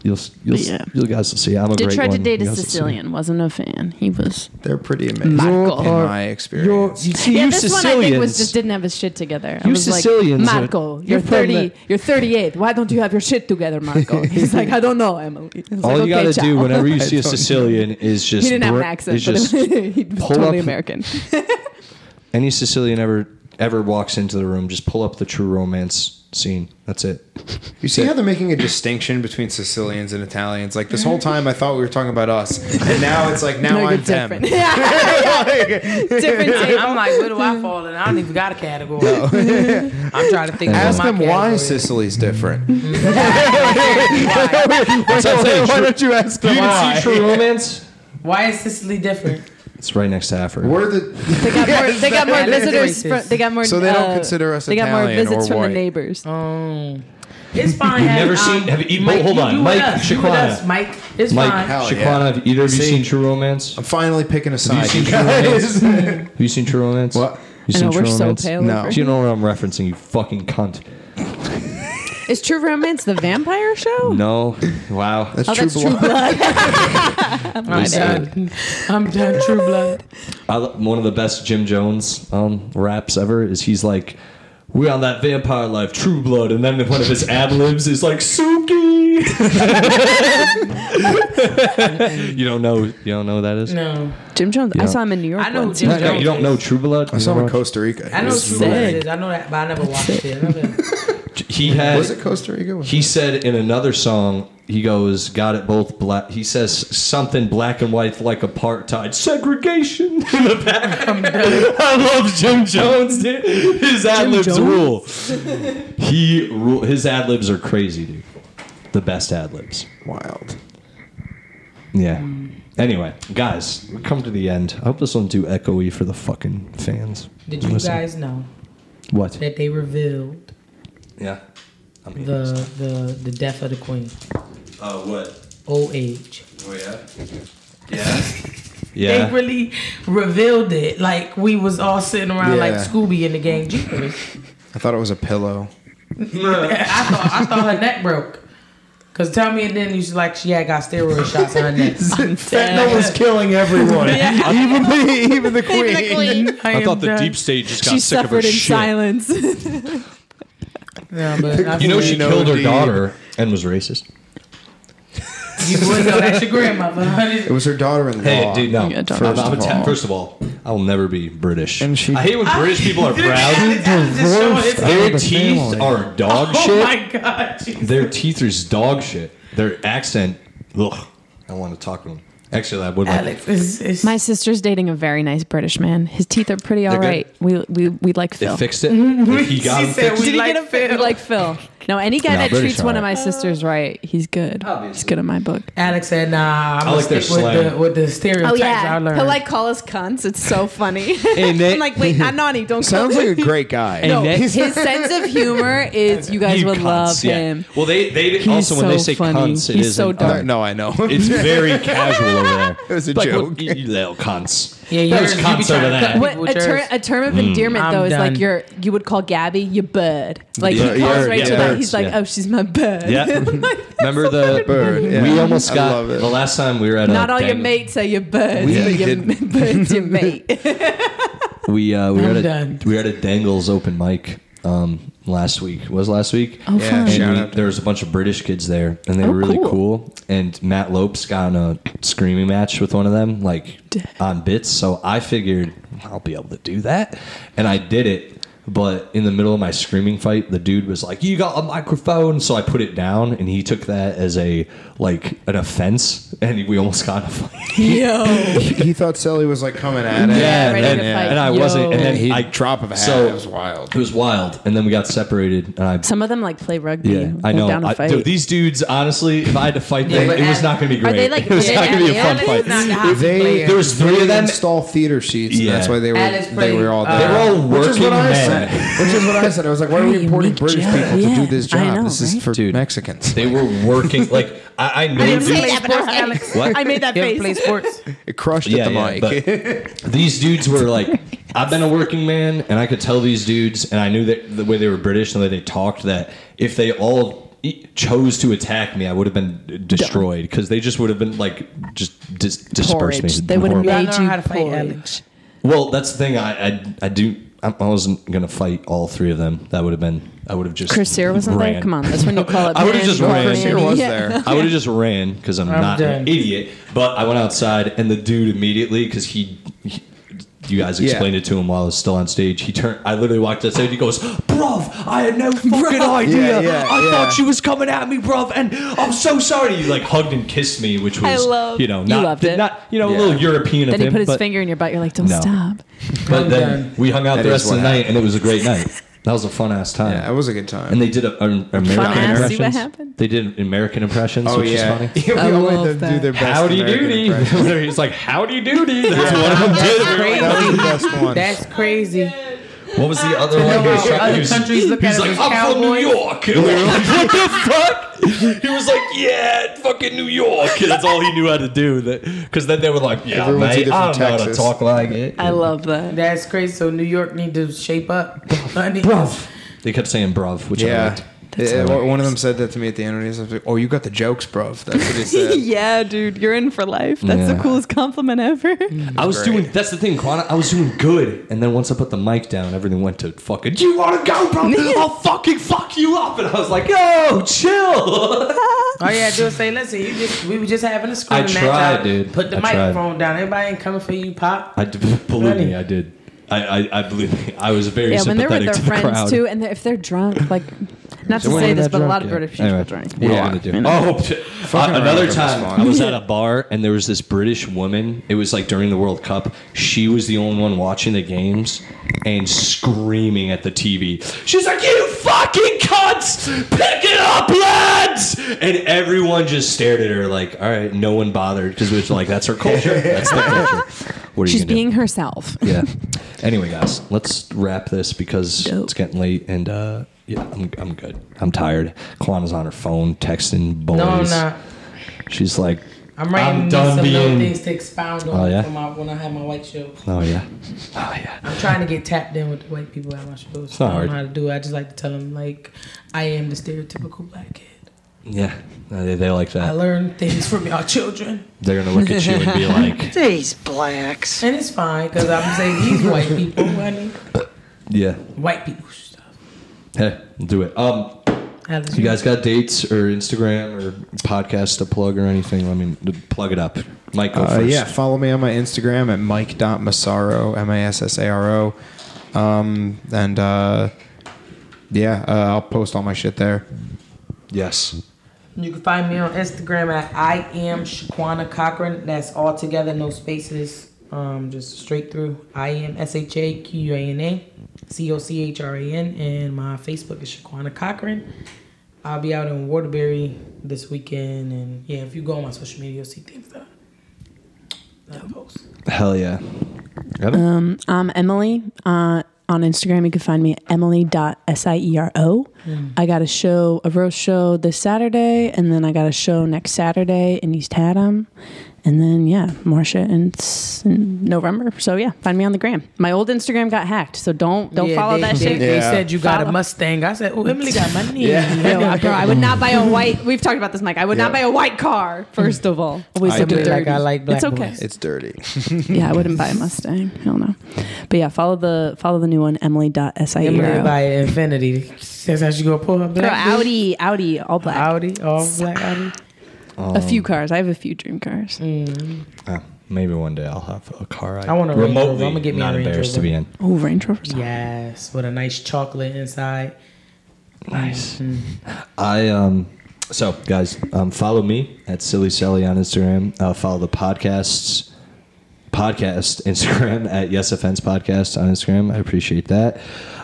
A: You'll you'll,
B: Yeah.
A: you guys will see. I'm a
B: Did
A: great
B: try to
A: one.
B: date
A: You
B: a
A: guys will see.
B: Sicilian. Wasn't a fan. He was.
C: They're pretty amazing
B: Marco.
C: in my experience.
A: see,
B: yeah, this one I think was just didn't have his shit together. I
A: You
B: was
A: Sicilians
B: like,
A: are-
B: Marco,
A: you're
B: you're
A: from
B: thirty,
A: the-
B: you're thirty eight. Why don't you have your shit together, Marco? He's like, I don't know, Emily. I was
A: all
B: like,
A: you
B: "Okay,
A: gotta do
B: ciao."
A: whenever you see a Sicilian is just
B: he didn't have an
A: br-
B: accent,
A: is
B: but
A: just
B: he was
A: pull
B: totally
A: up-
B: American.
A: any Sicilian ever ever walks into the room, just pull up the True Romance scene. That's it.
C: You see how they're making a distinction between Sicilians and Italians? Like this whole time, I thought we were talking about us, and now it's like now
B: No, you're
C: I'm them.
B: different. different table.
D: I'm like, where do I fall in? I don't even got a category. I'm trying to think. of
C: Ask
D: what
C: them
D: my
C: why
D: category is.
C: Sicily's different.
D: Why?
C: Why don't you ask them why?
A: True Romance?
D: Why is Sicily different?
A: It's right next to Africa.
C: We're the
B: They got more, they got more
D: that is
B: visitors.
D: racist.
B: From, they got more.
C: So they don't
B: uh,
C: consider us
B: They got more
C: Italian
B: visits
C: or
B: from
C: white. Oh.
B: the neighbors.
D: Um, it's fine.
A: You've never
D: um,
A: seen- have you-
D: Mike,
A: hold
D: you-
A: on.
D: you with
A: Mike
D: us, you with
A: Shaquana.
D: us, Mike, it's
A: Mike
D: fine.
C: Hell
A: Shaquana,
C: yeah.
A: have either of you
C: See-
A: seen True Romance?
C: I'm finally picking a side.
A: seen
C: you
A: True
C: guys.
A: Have you seen True Romance?
C: What?
A: You
B: I
A: seen
B: know,
A: True
B: we're so
A: Romance?
B: pale
C: No. over
A: Do you know what I'm referencing? You fucking cunt.
B: Is True Romance the vampire show?
A: No. Wow.
C: That's
B: Oh,
C: true.
B: that's True
C: Blood.
B: Blood.
D: I'm done. I'm done. True blood.
A: I, lo- one of the best Jim Jones um, raps ever is he's like, "We're on that vampire life, True Blood," and then one of his ad libs is like, "Suki." you don't know, you don't know who that is.
D: No,
B: Jim Jones. I saw him in New York.
D: I know
B: once.
D: Jim
A: No,
D: Jones.
A: you don't know True Blood.
C: I saw him in Costa Rica.
D: I know
C: He's
D: True
B: sick.
D: Blood is. I know that, but I never watched it. I never-
A: He He had
C: Was it Costa Rica?
A: He said in another song, he goes, "Got it both black." He says something black and white like apartheid segregation in the back. I love Jim Jones, dude. His ad libs rule. He rule. His ad libs are crazy, dude. The best ad libs.
C: Wild.
A: Yeah. Anyway, guys, we come to the end. I hope this one's too echoey for the fucking fans.
D: Did you
A: Listen.
D: guys know
A: What?
D: that they revealed
A: Yeah. I mean,
D: the the the death of the queen?
A: uh, what?
D: Old age.
A: Oh yeah. Yeah. Yeah.
D: They really revealed it. Like we was all sitting around like
C: Yeah.
D: Scooby in the gang Jeepers.
C: I thought it was a pillow.
D: I thought I thought her neck broke. Cause tell me and then she's like she had got steroid shots on her neck.
C: Fentanyl is killing everyone. even, the, even the queen.
D: I,
G: I
D: am
G: thought the
D: done.
G: deep state just got
B: She
G: sick of her
B: suffered in
G: shit.
B: silence.
D: Yeah, but I
A: You know
D: feel
A: she
C: No
A: killed her
C: deed.
A: daughter and was racist.
D: you would know that's your grandmother. honey.
C: It was her daughter-in-law.
A: Hey, dude, Oh, no.
H: Yeah, don't-
A: I'm-
C: First
A: I'm
C: of
A: a ta-
C: all.
A: first of all, I'll never be British.
C: And she-
A: I hate when British people are proud.
D: Just showing his-
A: Their
C: the
A: teeth
C: family.
A: are dog
D: Oh
A: shit.
D: my god. Jesus.
A: Their teeth is dog shit. Their accent, ugh. I want to talk to them. Actually, I would like.
D: Alex is, is
H: My sister's dating a very nice British man. His teeth are pretty all
A: good?
H: right. We, we, we like Phil.
A: They fixed it. He got
D: she
A: him
D: said
A: fixed.
D: we
H: Did he
D: like
H: get a fit?
D: Phil.
H: We like Phil. No, any guy
A: Nah,
H: that
A: British
H: treats one
A: are
H: of my sisters right, he's good. He's good in my book.
D: Alex said, "Nah, I'm
A: I
D: gonna
A: like their
D: stick with the,
A: slang.
D: with the stereotypes
B: Oh yeah,
D: I learned."
B: he'll like call us cunts. It's so funny.
A: And they-
B: I'm like, wait, not Nani, don't.
C: Sounds
B: call
C: like a great guy.
A: And
H: No,
A: that-
H: his sense of humor is you guys
A: You
H: would
A: cunts,
H: love
A: yeah.
H: him.
A: Well, they they
H: He's
A: also when they
H: so
A: say
H: funny.
A: cunts, it
H: He's
A: is
H: so
A: an-
H: dark.
C: no, I know.
A: It's very casual over there. It
C: was a joke.
A: You, you little cunts.
D: yeah,
A: Those
D: yours, you be
A: cunts over
D: trying to
A: there.
D: cut
H: What
D: people
H: a,
D: with
H: ter-
D: yours.
H: a term
A: Mm.
H: of endearment
D: I'm
H: though is
D: done.
H: like you're you would call Gabby your bird. Like
A: Yeah,
H: he calls
A: yeah,
H: Rachel
A: yeah.
H: that. He's like,
A: Yeah.
H: oh, she's my bird.
A: Yeah. Remember the
C: Bird, yeah.
A: We almost
C: I
A: got
C: love it.
A: the last time we were at
B: Not
A: a
B: all your
A: dang-
B: mates are your birds,
A: We
B: but your
A: didn't-
B: birds your mate.
A: We uh, we were at
D: I'm
A: a,
D: done.
A: we were at a Dangles open mic um, last week. Was last week? Oh,
C: Yeah, fun. shout
A: and we,
C: out to-
A: there was a bunch of British kids there, and they were really cool. And Matt Lopes got in a screaming match with one of them, like on bits. So I figured I'll be able to do that, and I did it. But in the middle of my screaming fight, the dude was like, "You got a microphone," so I put it down, and he took that as a like an offense, and we almost got in a fight.
H: Yo.
C: he, he thought Sally was like coming at him.
A: Yeah,
H: ready
A: and,
H: to
A: and,
H: fight.
A: I wasn't. And
H: Yo.
A: then
C: He
A: I
C: drop of a hat.
A: So-
C: it was wild.
A: It was wild, and then we got separated. And I,
H: Some of them like play rugby.
A: yeah, I
H: like,
A: know.
H: Down to
A: I-
H: fight.
A: dude, these dudes, honestly, if I had to fight them,
D: but
A: it was
D: at-
A: not going to be
E: Are
A: great.
E: they like?
A: it was
E: big
A: not going to be a fun
E: aliens?
A: fight.
D: Not the hockey
C: They
D: player.
A: There was three of
C: they
A: them.
C: install theater seats.
A: Yeah.
C: And that's why they were
D: Alice
C: they
D: Brady,
C: were all
D: uh,
C: there.
A: They were all
C: Which is
A: working
C: what I
A: men.
C: said. Which is what I said. I was like, why are we importing
H: unique
C: British
H: job.
C: people to
H: Yeah,
C: do this
H: I
C: job?
H: know,
C: this is
H: right?
C: for
A: Dude.
C: Mexicans.
A: They were working like I, I know.
B: didn't
A: dudes-
B: say that,
D: Sports,
B: okay.
D: Alex.
A: What?
B: I made that
D: You ever play
B: face.
D: sports?
C: it crushed
A: Yeah,
C: at the
A: yeah,
C: mic.
A: but these dudes were like, I've been a working man, and I could tell these dudes, and I knew that the way they were British and the way they talked, that if they all e- chose to attack me, I would have been destroyed because they just would have been like just dis- dispersed
H: Porridge.
A: me.
H: They would have
A: Horrible.
H: made
D: Y'all know
H: you
D: how to fight
H: porridge.
D: Alex.
A: Well, that's the thing. I I, I do. I I wasn't gonna fight all three of them. That would have been. I would have just.
H: Chrisir wasn't
A: ran.
H: there. Come on, that's when you call it.
A: I would've
H: man,
A: just
H: woman,
A: ran.
H: man.
A: Chrisir
C: Here was
H: Yeah.
C: there.
A: I would have just ran because I'm,
D: I'm
A: not an
D: dead.
A: idiot. But I went outside, and the dude immediately because he, he- you guys
C: Yeah.
A: explained it to him while I was still on stage. He turned. I literally walked outside. He goes, "Bruv, I had no fucking idea.
C: Yeah, yeah,
A: I
C: yeah.
A: thought you was coming at me, bruv, and I'm so sorry." He like hugged and kissed me, which was
H: love-
A: you know
H: You
A: not
H: loved it.
A: not you know
C: Yeah.
A: a little European
H: Then
A: of
H: he
A: him.
H: put his
A: but,
H: finger in your butt. You're like, don't
A: No.
H: stop.
A: but
D: done.
A: then we hung out
C: That
A: the
C: is
A: rest of the
C: what
A: night, and it was a great night. That was a fun ass time.
C: Yeah, it was a good time.
A: and they did a, an American
H: ass, see what
A: impressions.
H: happened?
A: They did American impressions,
C: oh
A: which
C: yeah,
A: is funny.
C: we all made
B: love
C: them do
B: that.
C: their best.
A: Howdy
C: American
A: doody.
C: impression.
A: He's like, howdy doody. That's one of them
D: That's
A: did.
C: That
D: crazy.
C: was the best one.
D: That's crazy.
A: What was the other one? He was,
D: Other
A: he was-
D: countries look
A: he's
D: at
A: like,
D: it as
A: I'm from New
D: cowboys."
A: York. And we were like, what the fuck? He was like, yeah, fucking New York. And that's all he knew how to do. Because then they were like, yeah,
C: Everyone's
A: mate,
C: either
A: I don't
C: from
A: know how to
C: Texas.
A: talk like it.
H: I love that.
D: That's crazy. So New York need to shape up.
A: bruv. They kept saying bruv, which I
C: Yeah.
A: liked.
C: Yeah, one of them said that to me at the end of the day. I was like, "Oh, you got the jokes, bro." That's what he said.
H: yeah, dude, you're in for life. That's
A: Yeah.
H: the coolest compliment ever.
A: I was
C: Great.
A: doing. That's the thing, Quana. I was doing good, and then once I put the mic down, everything went to fucking. You want to go, bro? I'll fucking fuck you up. And I was like, yo, chill.
D: All you had to do is say, listen, you just we were just having a screaming match.
A: tried,
D: out.
A: dude.
D: Put the
A: I tried.
D: microphone down. Everybody ain't coming for you, Pop.
A: I d- believe me, I did. I, I, I believe me. I was very
H: Yeah, when they're
A: sympathetic
H: with their
A: to the
H: friends
A: crowd.
H: too, and they're- if they're drunk, like
E: Not to
A: Someone
E: say
A: in
E: this,
A: that
E: but a
A: drunk
E: lot of
A: yet.
E: British people
A: Anyway,
E: drink.
A: What
C: Yeah.
A: are we gonna
C: You
A: do? Oh, t- uh,
C: around
A: another
C: was
A: time
C: fun.
A: I was at a bar and there was this British woman. It was like during the World Cup. She was the only one watching the games and screaming at the TV. She's like, "You fucking cunts, pick it up, lads!" And everyone just stared at her like, "All right, no one bothered because it was like that's her culture. That's the culture." What are
H: She's
A: you gonna
H: being
A: do?
H: herself.
A: yeah. Anyway, guys, let's wrap this because it's getting late and uh yeah, I'm, I'm good. I'm tired. Kwana's on her phone texting boys.
D: No, I'm not.
A: She's like,
D: I'm writing
G: I'm
D: me
G: done
D: some little
G: being-
D: things to expound on
A: Oh, yeah?
D: for my, when I have my white show.
A: oh yeah, oh yeah.
D: I'm trying to get tapped in with the white people at my
A: not
D: shows. I don't
A: hard.
D: know how to do it. I just like to tell them like I am the stereotypical black kid.
A: Yeah, no, they, they like
D: I
A: that.
D: learned things from y'all children,
A: They're going to look at you and be like,
N: These blacks.
D: and it's fine because I'm saying these white people, honey,
A: yeah,
D: white people stuff.
A: hey, do it. Um,
D: Alex,
A: you guys got dates or Instagram or podcast to plug or anything? I mean, plug it up. Mike, go
C: Uh,
A: first.
C: yeah, follow me on my Instagram at mike.massaro, M I S S A R O. Um, and uh, yeah, uh, I'll post all my shit there.
A: Yes.
D: You can find me on Instagram at I am Shaquana Cochran. That's all together, no spaces, um, just straight through. I am S H A Q U A N A C O C H R A N, and my Facebook is Shaquana Cochran. I'll be out in Waterbury this weekend, and yeah, if you go on my social media, you'll see things that I, that I post.
A: Hell yeah.
H: I'm Um, Emily. Uh, on Instagram, you can find me at emily.siero. E I got a show, a roast show this Saturday, and then I got a show next Saturday in East Haddam. And then, yeah, more shit in, s- in November. So, yeah, find me on the gram. My old Instagram got hacked, so don't don't
D: Yeah,
H: follow
D: they,
H: that
D: they,
H: shit.
D: They
C: Yeah.
D: said you got
H: Follow.
D: a Mustang. I said, oh, Emily got money.
E: No, girl, I would not buy a white. We've talked about this, Mike. I would not buy a white car. First of all,
H: Always
C: I
H: look
C: do.
H: dirty.
D: Like I like black
H: It's okay.
D: boys.
C: It's dirty.
H: yeah, I wouldn't buy a Mustang. Hell no. But yeah, follow the follow the new one,
D: Emily
H: emily.siero.
D: by Infinity. That's how she gonna pull her
H: E Girl,
D: black. bitch.
H: Audi, Audi, all black.
D: Audi, all black Audi.
H: A few cars. I have a few dream cars.
A: Uh, maybe one day I'll have a car.
D: I want a Range
A: remotely
D: Rover. I'ma get me a
A: not
D: Range
A: embarrassed to
D: Rover.
A: be in.
H: Oh, Range Rovers.
D: Yes, with a nice chocolate inside.
A: Nice. I um. So guys, um, follow me at Silly Sally on Instagram. Uh, follow the podcasts podcast Instagram at Yes Offense Podcast on Instagram. I appreciate that.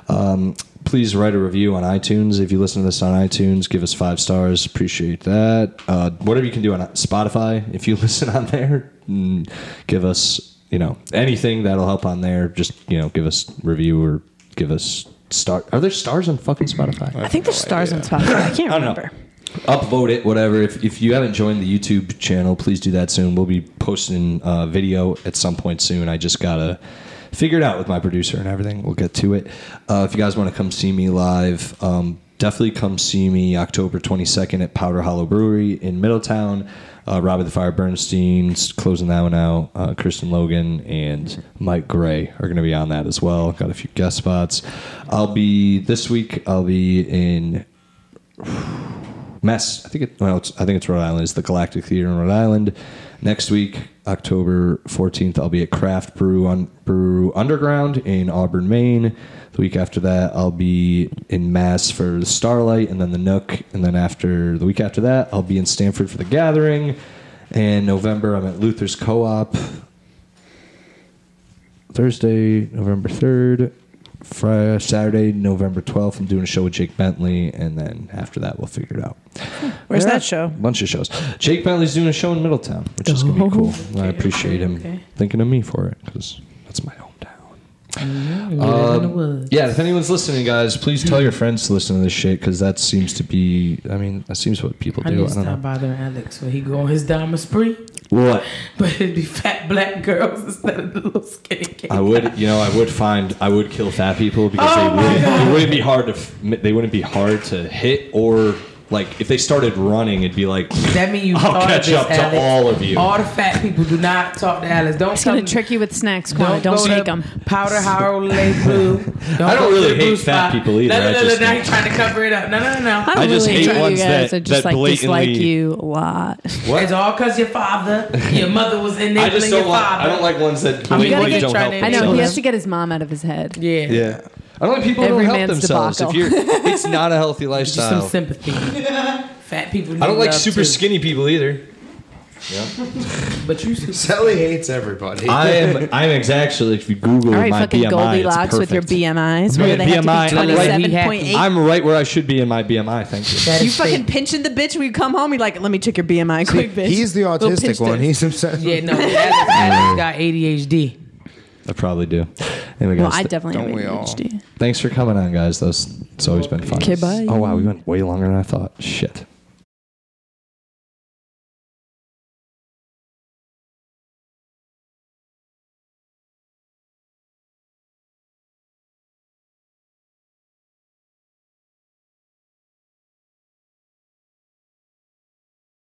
A: Um, please write a review on iTunes if you listen to this on iTunes. Give us five stars. Appreciate that. Uh, whatever you can do on Spotify if you listen on there, mm, give us you know anything that'll help on there. Just you know give us review or give us star. Are there stars on fucking Spotify?
H: I think there's stars on Spotify. I can't
A: I don't
H: remember.
A: know. Upvote it, whatever. If, if you haven't joined the YouTube channel, please do that soon. We'll be posting a video at some point soon. I just got to figure it out with my producer and everything. We'll get to it. Uh, if you guys want to come see me live, um, definitely come see me October 22nd at Powder Hollow Brewery in Middletown. Uh, Robbie the Fire Bernstein's closing that one out. Uh, Kristen Logan and Mike Gray are going to be on that as well. Got a few guest spots. I'll be this week. I'll be in Mass. I think it. Well, it's, I think it's Rhode Island. It's the Galactic Theater in Rhode Island. Next week, October fourteenth, I'll be at Craft Brew on Brew Underground in Auburn, Maine. The week after that, I'll be in Mass for Starlight, and then the Nook, and then after the week after that, I'll be in Stanford for the Gathering. And November, I'm at Luther's Co-op. Thursday, November third. Friday, Saturday, November 12th, I'm doing a show with Jake Bentley, and then after that, we'll figure it out.
H: Where's
A: Yeah.
H: that show?
A: Bunch of shows. Jake Bentley's doing a show in Middletown, which is gonna be cool. And I appreciate him thinking of me for it because that's my hometown. Um, yeah, if anyone's listening, guys, please tell your friends to listen to this shit because that seems to be. I mean, that seems what people
D: I
A: do.
D: need
A: I
D: to
A: don't
D: stop
A: know
D: bothering Alex when he go on his diamond spree,
A: what
D: but it'd be fat black girls instead of the little skinny kids.
A: I would. You know, I would find. I would kill fat people because
D: Oh
A: they
D: my
A: wouldn't.
D: God.
A: It wouldn't be hard to. f- They wouldn't be hard to hit or like if they started running, it'd be like.
D: That mean you
A: I'll
D: thought of
A: catch
D: this,
A: up to
D: Alex.
A: all of you.
D: All the fat people do not talk to Alex. Don't
H: It's
D: come-
H: gonna trick you with snacks, Kwana. Don't
D: go
H: shake
D: to
H: them.
D: Powder Harrow Lake Blue. Don't
A: I don't
D: go to
A: really
D: the
A: hate
D: blue
A: fat
D: spot.
A: people either.
D: No,
A: I
D: no, no,
A: just
D: no. Now
A: think-
D: you're trying to cover it up. No, no, no, no.
H: I, don't
A: I just
H: really
A: hate
H: enjoy you
A: ones
H: guys.
A: that-
H: I just
A: that
H: like dislike
A: blatantly-
H: you a lot.
D: It's all because your father, your mother was in there.
A: I just
D: your
A: don't like.
D: father.
A: I don't like ones that
D: I'm
A: blatantly
D: gonna get
A: don't
D: tried
A: help.
D: in.
H: I know
D: So
H: he
A: themselves.
H: has to get his mom out of his head.
D: Yeah.
C: Yeah.
A: I don't like people who
H: Every
A: don't help
H: man's
A: themselves.
H: debacle.
A: If you're, it's not a healthy
D: Just some
A: lifestyle.
D: sympathy. Fat people. Need
A: I don't like
D: love,
A: super
D: too.
A: skinny people either.
D: But you super
C: Sally hates everybody.
G: I am. I am exactly. If you Google
E: All right,
G: my
E: fucking
G: BMI,
E: Goldilocks
G: it's
E: with your
G: perfect.
E: BMIs,
A: Yeah,
E: where they
A: BMI,
E: have to
A: I'm
E: be
A: like-
E: twenty-seven point eight.
A: I'm right where I should be in my BMI. Thank you.
D: That
E: You
D: is
E: fucking
D: fake.
E: pinching the bitch when you come home. You're like, let me check your BMI quick, bitch.
C: He's the
E: Little pinch
C: autistic one.
E: test.
C: He's obsessed.
D: Yeah, no, Alex got ADHD.
A: I probably do. Anyway, guys,
H: Well, I
A: th-
H: definitely
C: don't we all?
H: have ADHD.
A: thanks for coming on, guys. That's it's always been fun.
H: 'Kay, bye.
A: Oh wow, we went way longer than I thought. Shit.